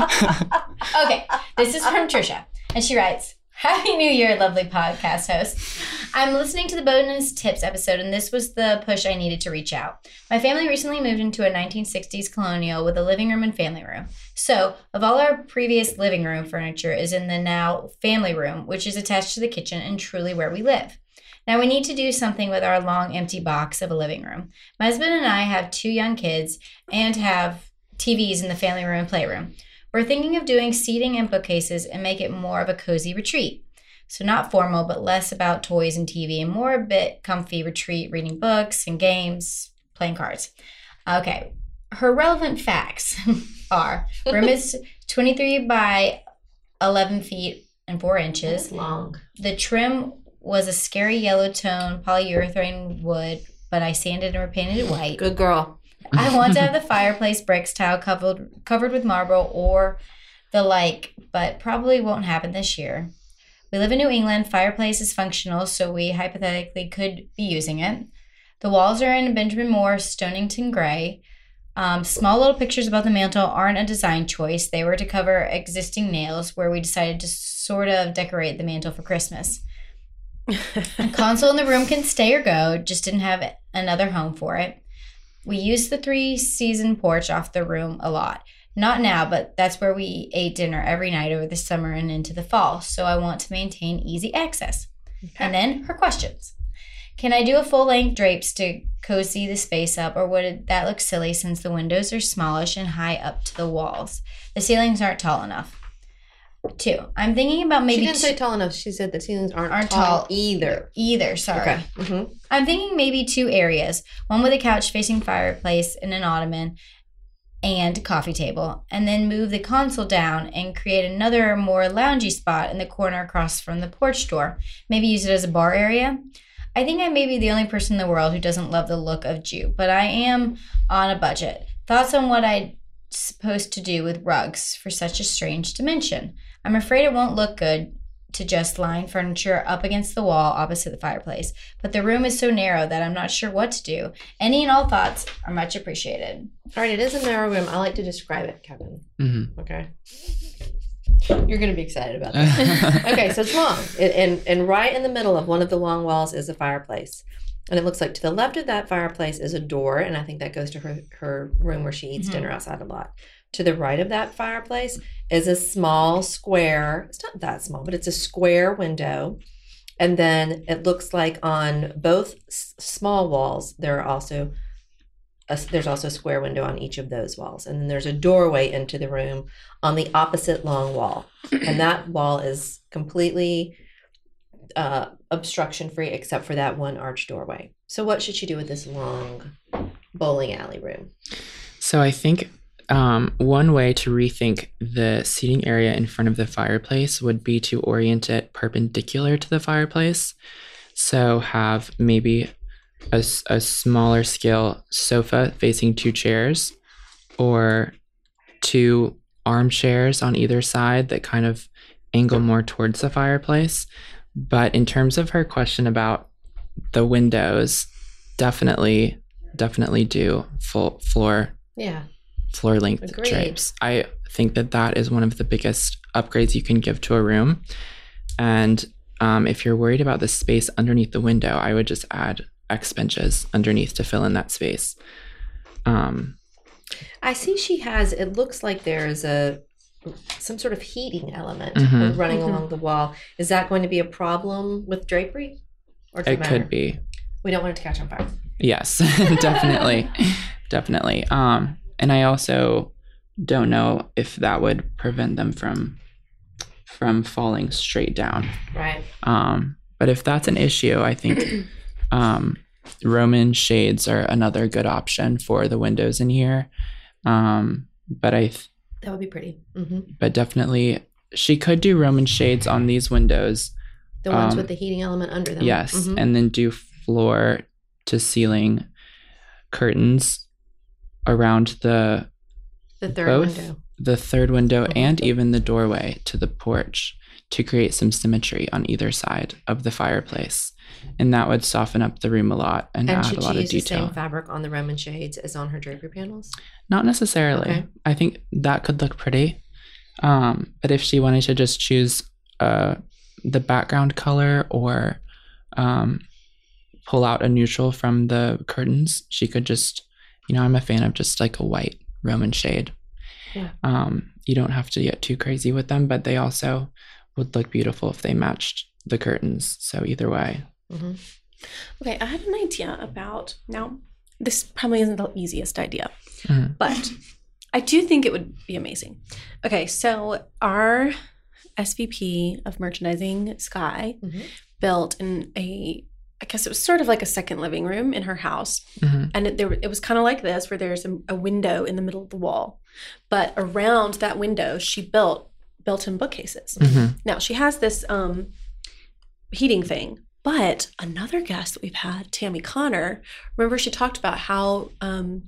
D: Okay, this is from Trisha, and she writes, "Happy New Year, lovely podcast host. I'm listening to the bonus tips episode, and this was the push I needed to reach out. My family recently moved into a 1960s colonial with a living room and family room. So, of all our previous living room furniture, is in the now family room, which is attached to the kitchen and truly where we live." Now we need to do something with our long empty box of a living room. My husband and I have two young kids and have TVs in the family room and playroom. We're thinking of doing seating and bookcases and make it more of a cozy retreat. So, not formal, but less about toys and TV and more a bit comfy retreat, reading books and games, playing cards. Okay, her relevant facts (laughs) are room is 23 by 11 feet and 4 inches.
C: It's long.
D: The trim was a scary yellow tone polyurethane wood, but I sanded and repainted it white.
C: Good girl.
D: I want to have the fireplace bricks tile covered covered with marble or the like, but probably won't happen this year. We live in New England. Fireplace is functional, so we hypothetically could be using it. The walls are in Benjamin Moore Stonington gray. Um, small little pictures above the mantel aren't a design choice. They were to cover existing nails, where we decided to sort of decorate the mantel for Christmas. a console in the room can stay or go. Just didn't have another home for it. We used the three season porch off the room a lot. Not now, but that's where we ate dinner every night over the summer and into the fall. So I want to maintain easy access. And then her questions. Can I do a full length drapes to cozy the space up, or would that look silly since the windows are smallish and high up to the walls? The ceilings aren't tall enough. two. I'm thinking about maybe
C: she didn't
D: two-
C: say tall enough. She said the ceilings aren't,
D: Aren't
C: tall,
D: tall.
C: either.
D: either. Sorry.
C: Mm-hmm.
D: I'm thinking maybe two areas one with a couch facing fireplace and an ottoman and coffee table, and then move the console down and create another more loungy spot in the corner across from the porch door. Maybe use it as a bar area. I think I may be the only person in the world who doesn't love the look of Jew, but I am on a budget. Thoughts on what I'm supposed to do with rugs for such a strange dimension? I'm afraid it won't look good to just line furniture up against the wall opposite the fireplace but the room is so narrow that I'm not sure what to do. Any and all thoughts are much appreciated.
C: All right, it is a narrow room. I like to describe it, Kevin.
E: Mhm.
C: Okay. You're going to be excited
E: (laughs)
C: about that.
F: (laughs)
C: okay, so it's long. It, and, and right in the middle of one of the long walls is a fireplace. And it looks like to the left of that fireplace is a door. And I think that goes to her, her room where she eats
D: Mhm.
C: dinner outside a lot. To the right of that fireplace is a small square. It's not that small, but it's a square window. And then it looks like on both s- small walls, there are also a, there's also a square window on each of those walls. And then there's a doorway into the room on the opposite long wall. And that wall is completely uh, obstruction free except for that one arch doorway. So, what should she do with this long bowling alley room?
E: So I think um, one way to rethink the seating area in front of the fireplace would be to orient it perpendicular to the fireplace. So have maybe a, s- a smaller scale sofa facing two chairs or two armchairs on either side that kind of angle more towards the fireplace. But in terms of her question about the windows, definitely, definitely do full floor
C: Yeah.
E: floor length
C: Agreed.
E: drapes. I think that that is one of the biggest upgrades you can give to a room. And um, if you're worried about the space underneath the window, I would just add X benches underneath to fill in that space. Um,
C: I see she has, it looks like there's a some sort of heating element
E: Mhm.
C: running
A: Mhm.
C: along the wall. Is that going to be a problem with drapery? Or does
E: it
C: matter?
E: could be.
C: We don't want it to catch on fire. (laughs)
E: Yes, (laughs) definitely. definitely. Um, and I also don't know if that would prevent them from from falling straight down.
C: Right.
E: Um, but if that's an issue, I think um, Roman shades are another good option for the windows in here. Um, but I, th-
C: That would be pretty. hmm
E: but definitely, she could do Roman shades on these windows.
C: The ones
E: Um,
C: with the heating element under them.
E: Yes,
C: Mhm.
E: and then do floor to ceiling curtains around the
C: the third
E: both.
C: window.
E: the third window
C: Mhm.
E: and even the doorway to the porch to create some symmetry on either side of the fireplace. And that would soften up the room a lot and,
C: And
E: add a
C: should she
E: lot of
C: use the same
E: detail.
C: fabric on the Roman shades as on her drapery panels?
E: Not necessarily.
C: Okay.
E: I think that could look pretty. Um, but if she wanted to just choose uh, the background color or um, pull out a neutral from the curtains, she could just, you know, I'm a fan of just like a white Roman shade.
C: Yeah.
E: Um, you don't have to get too crazy with them, but they also would look beautiful if they matched the curtains. So either way.
C: Mm-hmm.
A: Okay, I had an idea about now. This probably isn't the easiest idea,
E: Mhm.
A: but I do think it would be amazing. Okay, so our SVP of merchandising, Sky,
C: Mhm.
A: built in a I guess it was sort of like a second living room in her house,
E: Mhm.
A: and it, there it was kind of like this, where there's a, a window in the middle of the wall, but around that window she built built-in bookcases.
E: Mhm.
A: Now she has this um, heating thing, but another guest that we've had, Tammy Connor, remember she talked about how um,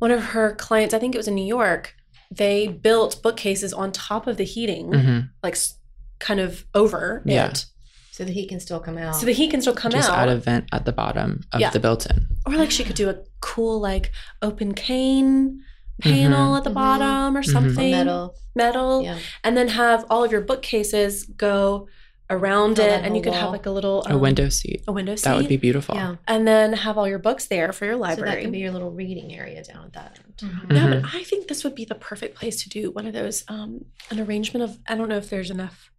A: one of her clients, I think it was in New York, they built bookcases on top of the heating, like
E: Mhm.
A: like s- kind of over
E: Yeah.
A: it,
C: So that he can still come out.
A: so the heat can still come
E: Just
A: out.
E: add a vent at the bottom of
A: Yeah.
E: the built in.
A: or like she could do a cool like open cane panel
E: Mm-hmm.
A: at the
C: Mhm.
A: bottom or
E: Mhm. Or
A: something
C: metal.
A: metal
C: Yeah.
A: and then have all of your bookcases go around
C: Oh,
A: it
C: that
A: and you
C: whole
A: could have
C: wall.
A: like a little
E: a
A: um,
E: window seat.
A: a window seat
E: That would be beautiful.
C: Yeah.
A: and then have all your books there for your
C: So
A: library
C: that could be your little reading area down at that end.
D: Mm-hmm.
A: no
E: Mm-hmm.
A: but i think this would be the perfect place to do one of those um an arrangement of i don't know if there's enough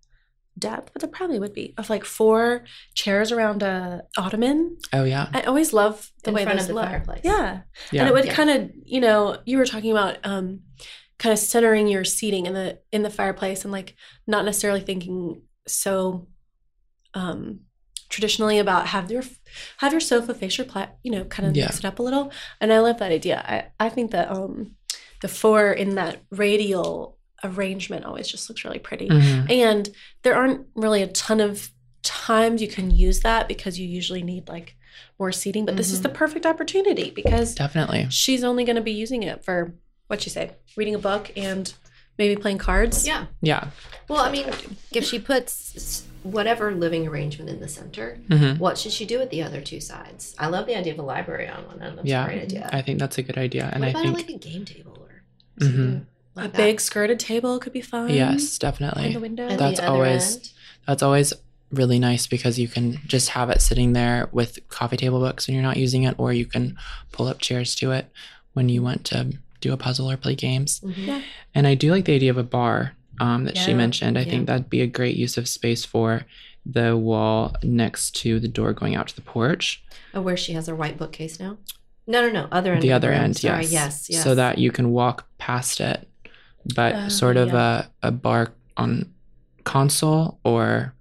A: depth but there probably would be of like four chairs around a ottoman
E: Oh yeah.
A: i always love the
C: In
A: way
C: front
A: those
C: of the
A: look
C: fireplace.
A: yeah
E: Yeah.
A: and it would
C: Yeah.
A: kind of you know you were talking about um kind of centering your seating in the in the fireplace and like not necessarily thinking so um traditionally about have your have your sofa face your plat you know kind of
E: Yeah.
A: mix it up a little and i love that idea i i think that um the four in that radial arrangement always just looks really pretty
E: Mhm.
A: and there aren't really a ton of times you can use that because you usually need like more seating but this is
G: Mhm.
A: the perfect opportunity because
E: Definitely.
A: she's only going to be using it for what you say reading a book and maybe playing cards
C: Yeah.
E: Yeah.
C: Well, I mean, if she puts s- whatever living arrangement in the center,
E: hmm
C: what should she do with the other two sides? I love the idea of a library on one end. That's
E: Yeah.
C: a great idea.
E: I think that's a good idea. And
C: what
E: I
C: about
E: think,
C: like a game table or
E: Mhm.
A: a
C: like that?
A: big skirted table could be fun
E: yes,
A: on the
E: definitely.
A: window
C: At
E: That's
C: the other
E: always-
C: end?
E: That's always really nice because you can just have it sitting there with coffee table books when you're not using it, or you can pull up chairs to it when you want to do a puzzle or play games.
C: Mhm.
A: Yeah.
E: And I do like the idea of a bar um, that she
G: Yeah.
E: mentioned. I
C: Yeah.
E: think that'd be a great use of space for the wall next to the door going out to the porch.
C: Oh, where she has her white bookcase now? No, no, no. Other end.
E: the
C: of
E: other
C: room.
E: end,
C: Sorry,
E: yes.
C: yes. yes.
E: So that you can walk past it, but
A: Oh,
E: sort of a, a bar on console or,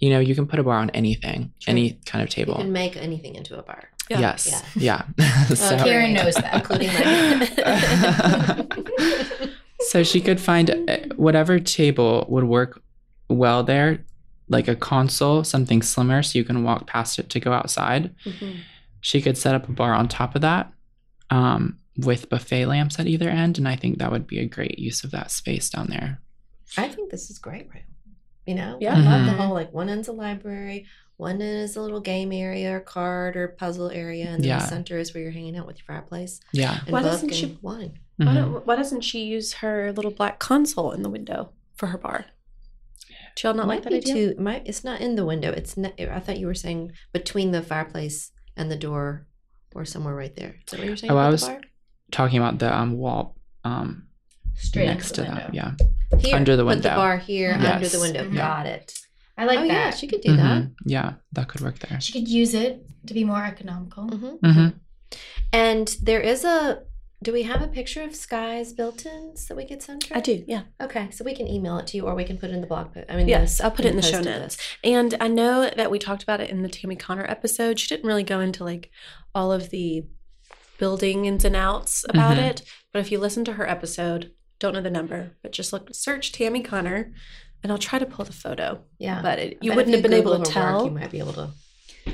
E: you know, you can put a bar on anything,
C: Sure.
E: any kind of
C: you
E: table.
C: can make anything into a
E: (laughs)
C: bar. (laughs)
A: Yeah.
E: Yes. Yeah. (laughs) so,
G: Karen knows that.
C: including mine. (laughs)
E: so she could find uh, whatever table would work well there, like a console, something slimmer so you can walk past it to go outside. She could set up a bar on top of that um, with buffet lamps at either end. And I think that would be a great use of that space down there.
C: I think this is great, right? You know,
A: Yeah.
C: I love the
E: Mhm.
C: whole like one end's a library, one end is a little game area or card or puzzle area, and then
E: Yeah.
C: the center is where you're hanging out with your fireplace
E: Yeah.
C: and
A: Why
C: book
A: doesn't
C: and
A: she-
C: wine.
A: why,
E: Mhm.
A: don't, why doesn't she use her little black console in the window for her bar do y'all not like that
C: be
A: idea
C: too- might- it's not in the window. It's not, I thought you were saying between the fireplace and the door, or somewhere right there. Is that what you're saying?
E: Oh, I
C: about the
E: was-
C: bar?
E: Talking about the um, wall um,
D: (laughs) Straight
E: next to
D: into the
E: that.
D: window.
E: Yeah.
C: Here,
E: Under the
C: Put
E: window.
C: the bar here under the
E: Yes.
C: window.
D: Mhm.
C: Got it.
D: I like that.
C: oh yeah,
D: she,
C: she could do that.
E: Mhm. Yeah. That could work there.
D: could use it to be more economical.
C: hmm
E: hmm
C: And there is a. Do we have a picture of Sky's built-ins that we could send her?
A: i do yeah
C: Okay, so we can email it to you, or we can put it in the blog post. I mean,
A: Yes,
C: the-
A: I'll put it in the show
C: post of
A: notes.
C: this.
A: And I know that we talked about it in the Tammy Connor episode. She didn't really go into like all of the building ins and outs about
C: Mm-hmm.
E: Mhm.
A: it. But if you listen to her episode, don't know the number, but just look search Tammy Connor and I'll try to pull the photo.
C: Yeah,
A: But it, you
C: Uh, But if
A: wouldn't have been
C: Google
A: able to
C: her work,
A: tell.
C: you might be able to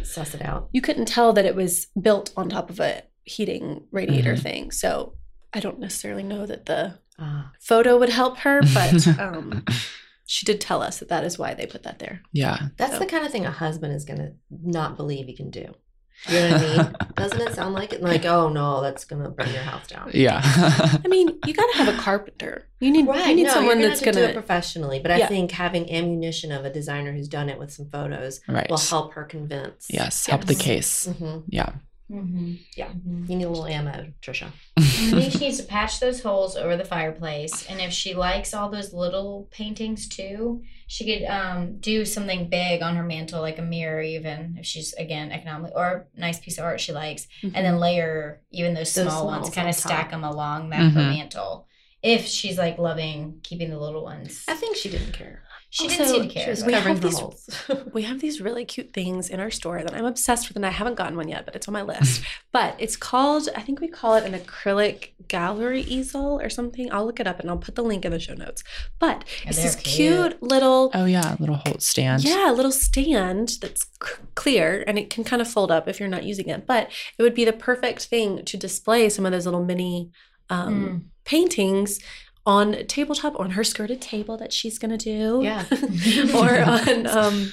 C: suss it out.
A: you couldn't tell that it was built on top of a heating radiator
C: Mm-hmm.
E: Mhm.
A: thing. So I don't necessarily know that the
C: Ah,
A: photo would help her,
C: (laughs)
A: but um, she did tell us that that is why they put that there.
E: Yeah.
C: that's
A: So-
C: the kind of thing a husband is gonna not believe he can
E: (laughs)
C: do. You know what I mean? Doesn't it sound like it? Like, oh no, that's gonna burn your house down.
E: yeah. (laughs)
A: I mean, you got to have a carpenter. You need
C: Right,
A: you need
C: no,
A: someone
C: you're
A: that's
C: gonna have
A: going
C: to do it
A: to
C: professionally, but
A: Yeah.
C: I think having ammunition of a designer who's done it with some photos
E: right.
C: will help her convince.
E: Yes. Help the
D: Yes.
E: case.
C: hmm
E: Yeah.
D: Mm-hmm.
C: Yeah.
D: Mm-hmm.
C: You need a little ammo, Trisha.
D: I think she needs to patch those holes over the fireplace, and if she likes all those little paintings too, she could um, do something big on her mantle, like a mirror, even if she's again economic or a nice piece of art she likes, and then layer even those
C: Those
D: small
C: small
D: ones,
C: ones
D: kind
C: on
D: of stack
C: top.
D: them along that her
E: Mhm.
D: mantle. If she's like loving keeping the little ones,
C: I think she didn't care.
D: she didn't
A: Also,
D: seem to
C: She
D: care.
C: was
D: but-
A: We have
C: covering her
A: these-
C: (laughs) holes.
A: We have these really cute things in our store that I'm obsessed with, and I haven't gotten one yet, but it's on my
C: (laughs)
A: list. but it's called, I think we call it an acrylic gallery easel or something. I'll look it up and I'll put the link in the show notes. But
D: Yeah,
A: it's
D: they're
A: this cute, little.
E: (laughs) oh yeah. Little Holt stand.
A: Yeah, little stand that's c- clear and it can kind of fold up if you're not using it, but it would be the perfect thing to display some of those little mini um,
D: Mm.
A: paintings on a tabletop on her skirted table that she's going to do
C: yeah.
A: (laughs) or on um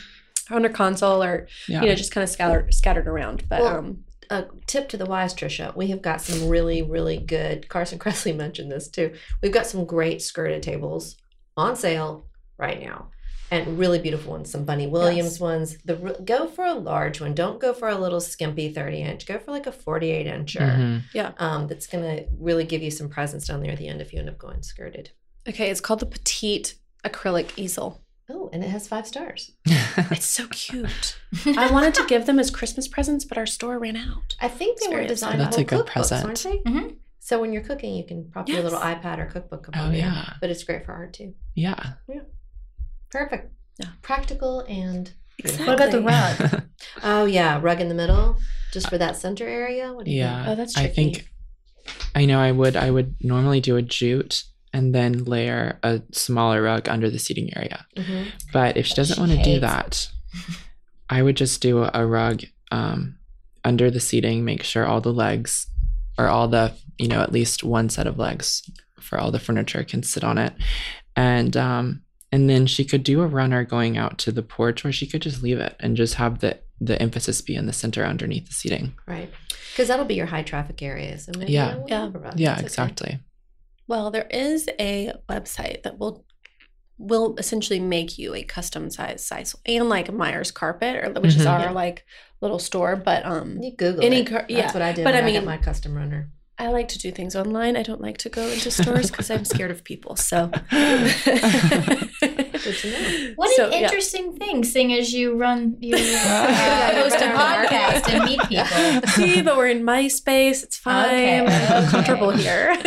A: on her console or
E: Yeah.
A: you know just kind of scattered scattered around but
C: Well-
A: um
C: a tip to the wise, Trisha. We have got some really, really good. Carson (laughs) Cressley mentioned this too. We've got some great skirted tables on sale right now, and really beautiful ones. Some Bunny Williams ones. The re- go for a large one. Don't go for a little skimpy thirty inch. Go for like a forty eight incher.
E: Mhm.
D: Mm-hmm.
C: Um, that's gonna really give you some presence down there at the end if you end up going skirted.
A: okay it's called the petite acrylic easel
C: Oh, and it has five stars.
E: Mm-hmm.
A: it's so cute i wanted to give them as christmas presents but our store ran out
C: I think they
A: It's
C: were
A: very
C: designed.
E: upsetting. That's a
C: whole
E: good
C: cookbooks,
E: present.
A: Mm-hmm.
C: aren't they?
D: Mhm.
C: So when you're cooking, you can prop your
H: Yes.
C: little iPad or cookbook up
E: Oh,
C: on there.
E: yeah.
C: But it's great for art too.
E: (laughs) Yeah.
C: Perfect.
H: Yeah.
C: Practical and
D: What about the rug?
C: oh yeah, rug in the middle, just for that center area. What do you
E: yeah.
C: Think? Oh, that's
E: I
C: tricky.
E: think I know I would I would normally do a jute and then layer a smaller rug under the seating area.
C: Mhm.
E: But if she doesn't want to do
D: hates-
E: that, I would just do a rug um, under the seating, make sure all the legs or all the, you know, at least one set of legs for all the furniture can sit on it. And um, and then she could do a runner going out to the porch or she could just leave it and just have the the emphasis be in the center underneath the seating.
C: right because that'll be your high traffic area. So maybe
E: Yeah.
C: I won't
A: Yeah.
C: have a rug.
E: yeah,
C: Oh, That's okay.
E: exactly.
A: Well, there is a website that will will essentially make you a custom size size and like Myers carpet, or which is
E: Mhm.
A: our
C: Mm-hmm, Yeah.
A: like little store. But um,
C: You Google
A: Any
C: it.
A: cur-
C: That's
A: yeah.
C: what I did.
A: But
C: when
A: I
C: I got
A: mean-
C: my custom runner.
A: I like to do things online. I don't like to go
C: (laughs)
A: into stores because I'm scared of people. So (laughs)
E: (laughs)
C: Good to know.
D: (laughs) What
A: So,
D: an
A: yeah.
D: interesting thing, seeing as you run, you uh,
A: Yeah,
D: host a
A: you're running.
D: podcast and meet people.
A: See, but we're in my space. It's fine.
D: Okay,
A: I'm
D: okay.
A: comfortable here. (laughs)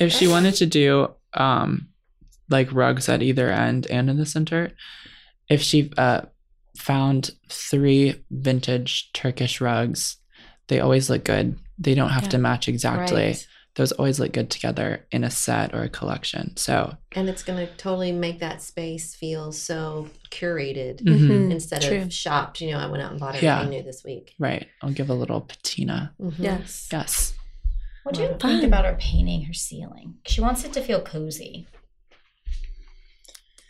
E: if she wanted to do um like rugs at either end and in the center if she uh found three vintage turkish rugs they always look good they don't have to match exactly
C: Right.
E: those always look good together in a set or a collection so
C: And it's going to totally make that space feel so curated
E: mhm,
C: instead
A: True.
C: of shopped. You know, I went out and bought everything
E: Yeah.
C: new this week.
E: right i'll give a little patina
C: Mhm.
A: Yes.
E: yes
D: What do you
A: Fun.
D: think about her painting her ceiling? She wants it to feel cozy.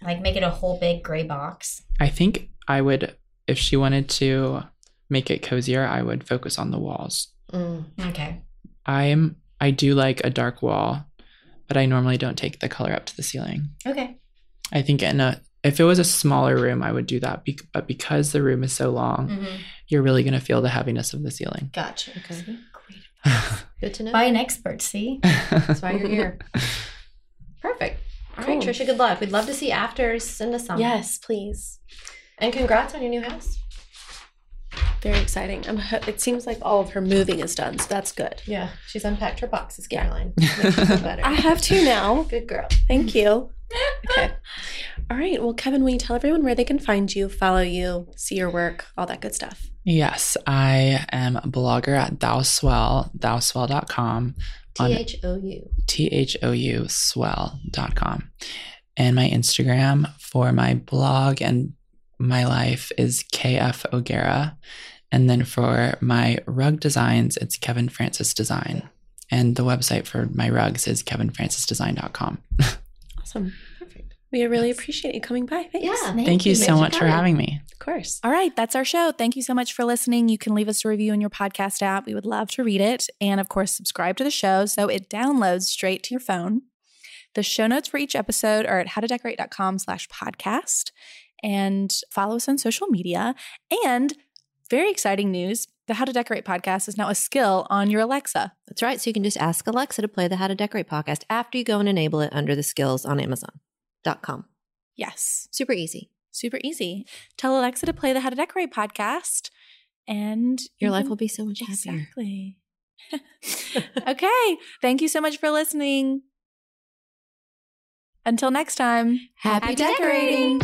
D: Like make it a whole big gray box.
E: i think i would if she wanted to make it cozier i would focus on the walls
C: Mm.
D: Okay.
E: I'm I do like a dark wall, but I normally don't take the color up to the ceiling.
D: Okay.
E: I think in a if it was a smaller room, I would do that. Be- but because the room is so long,
D: hmm
E: you're really going to feel the heaviness of the ceiling.
D: Gotcha.
C: Okay.
D: See?
C: (laughs)
D: Great.
C: Good to know.
D: By an expert,
E: (laughs)
D: see?
C: That's why you're here. (laughs) Perfect. All right, Trisha, good luck. We'd love to see afters. Send us some.
A: Yes, please.
C: And congrats on your new house.
A: Very exciting. I'm, ho- it seems like all of her moving is done, so that's good.
C: Yeah. She's unpacked her boxes,
A: Yeah.
C: Caroline. Makes (laughs) you feel better.
A: I have two now.
C: Good girl.
A: Thank you. Okay. All right. Well, Kevin, will you tell everyone where they can find you, follow you, see your work, all that good stuff?
E: yes, I am a blogger at Thou'swell, thou'swell.com, On-
C: T H O U.
E: T H O U swell.com. And my Instagram for my blog and my life is KF O'Gara. And then for my rug designs, it's Kevin Francis Design. And the website for my rugs is kevinfrancisdesign.com.
A: Awesome.
C: Perfect.
A: We really appreciate you coming by. Thanks.
C: Yeah.
E: Thank you so
C: for
E: much for
C: coming.
E: having me.
A: Of course.
H: All right, that's our show. Thank you so much for listening. You can leave us a review in your podcast app. We would love to read it. And of course, subscribe to the show so it downloads straight to your phone. The show notes for each episode are at howtodecorate.com slash podcast. And follow us on social media. And very exciting news the How to Decorate podcast is now a skill on your Alexa.
C: That's right. So you can just ask Alexa to play the How to Decorate podcast after you go and enable it under the skills on Amazon.com.
H: Yes,
C: Super easy.
H: super easy. Tell Alexa to play the How to Decorate podcast, and
C: Your
H: you
C: life
H: can-
C: will be so much happier.
H: Exactly. okay. Thank you so much for listening. Until next time.
C: Happy, decorating.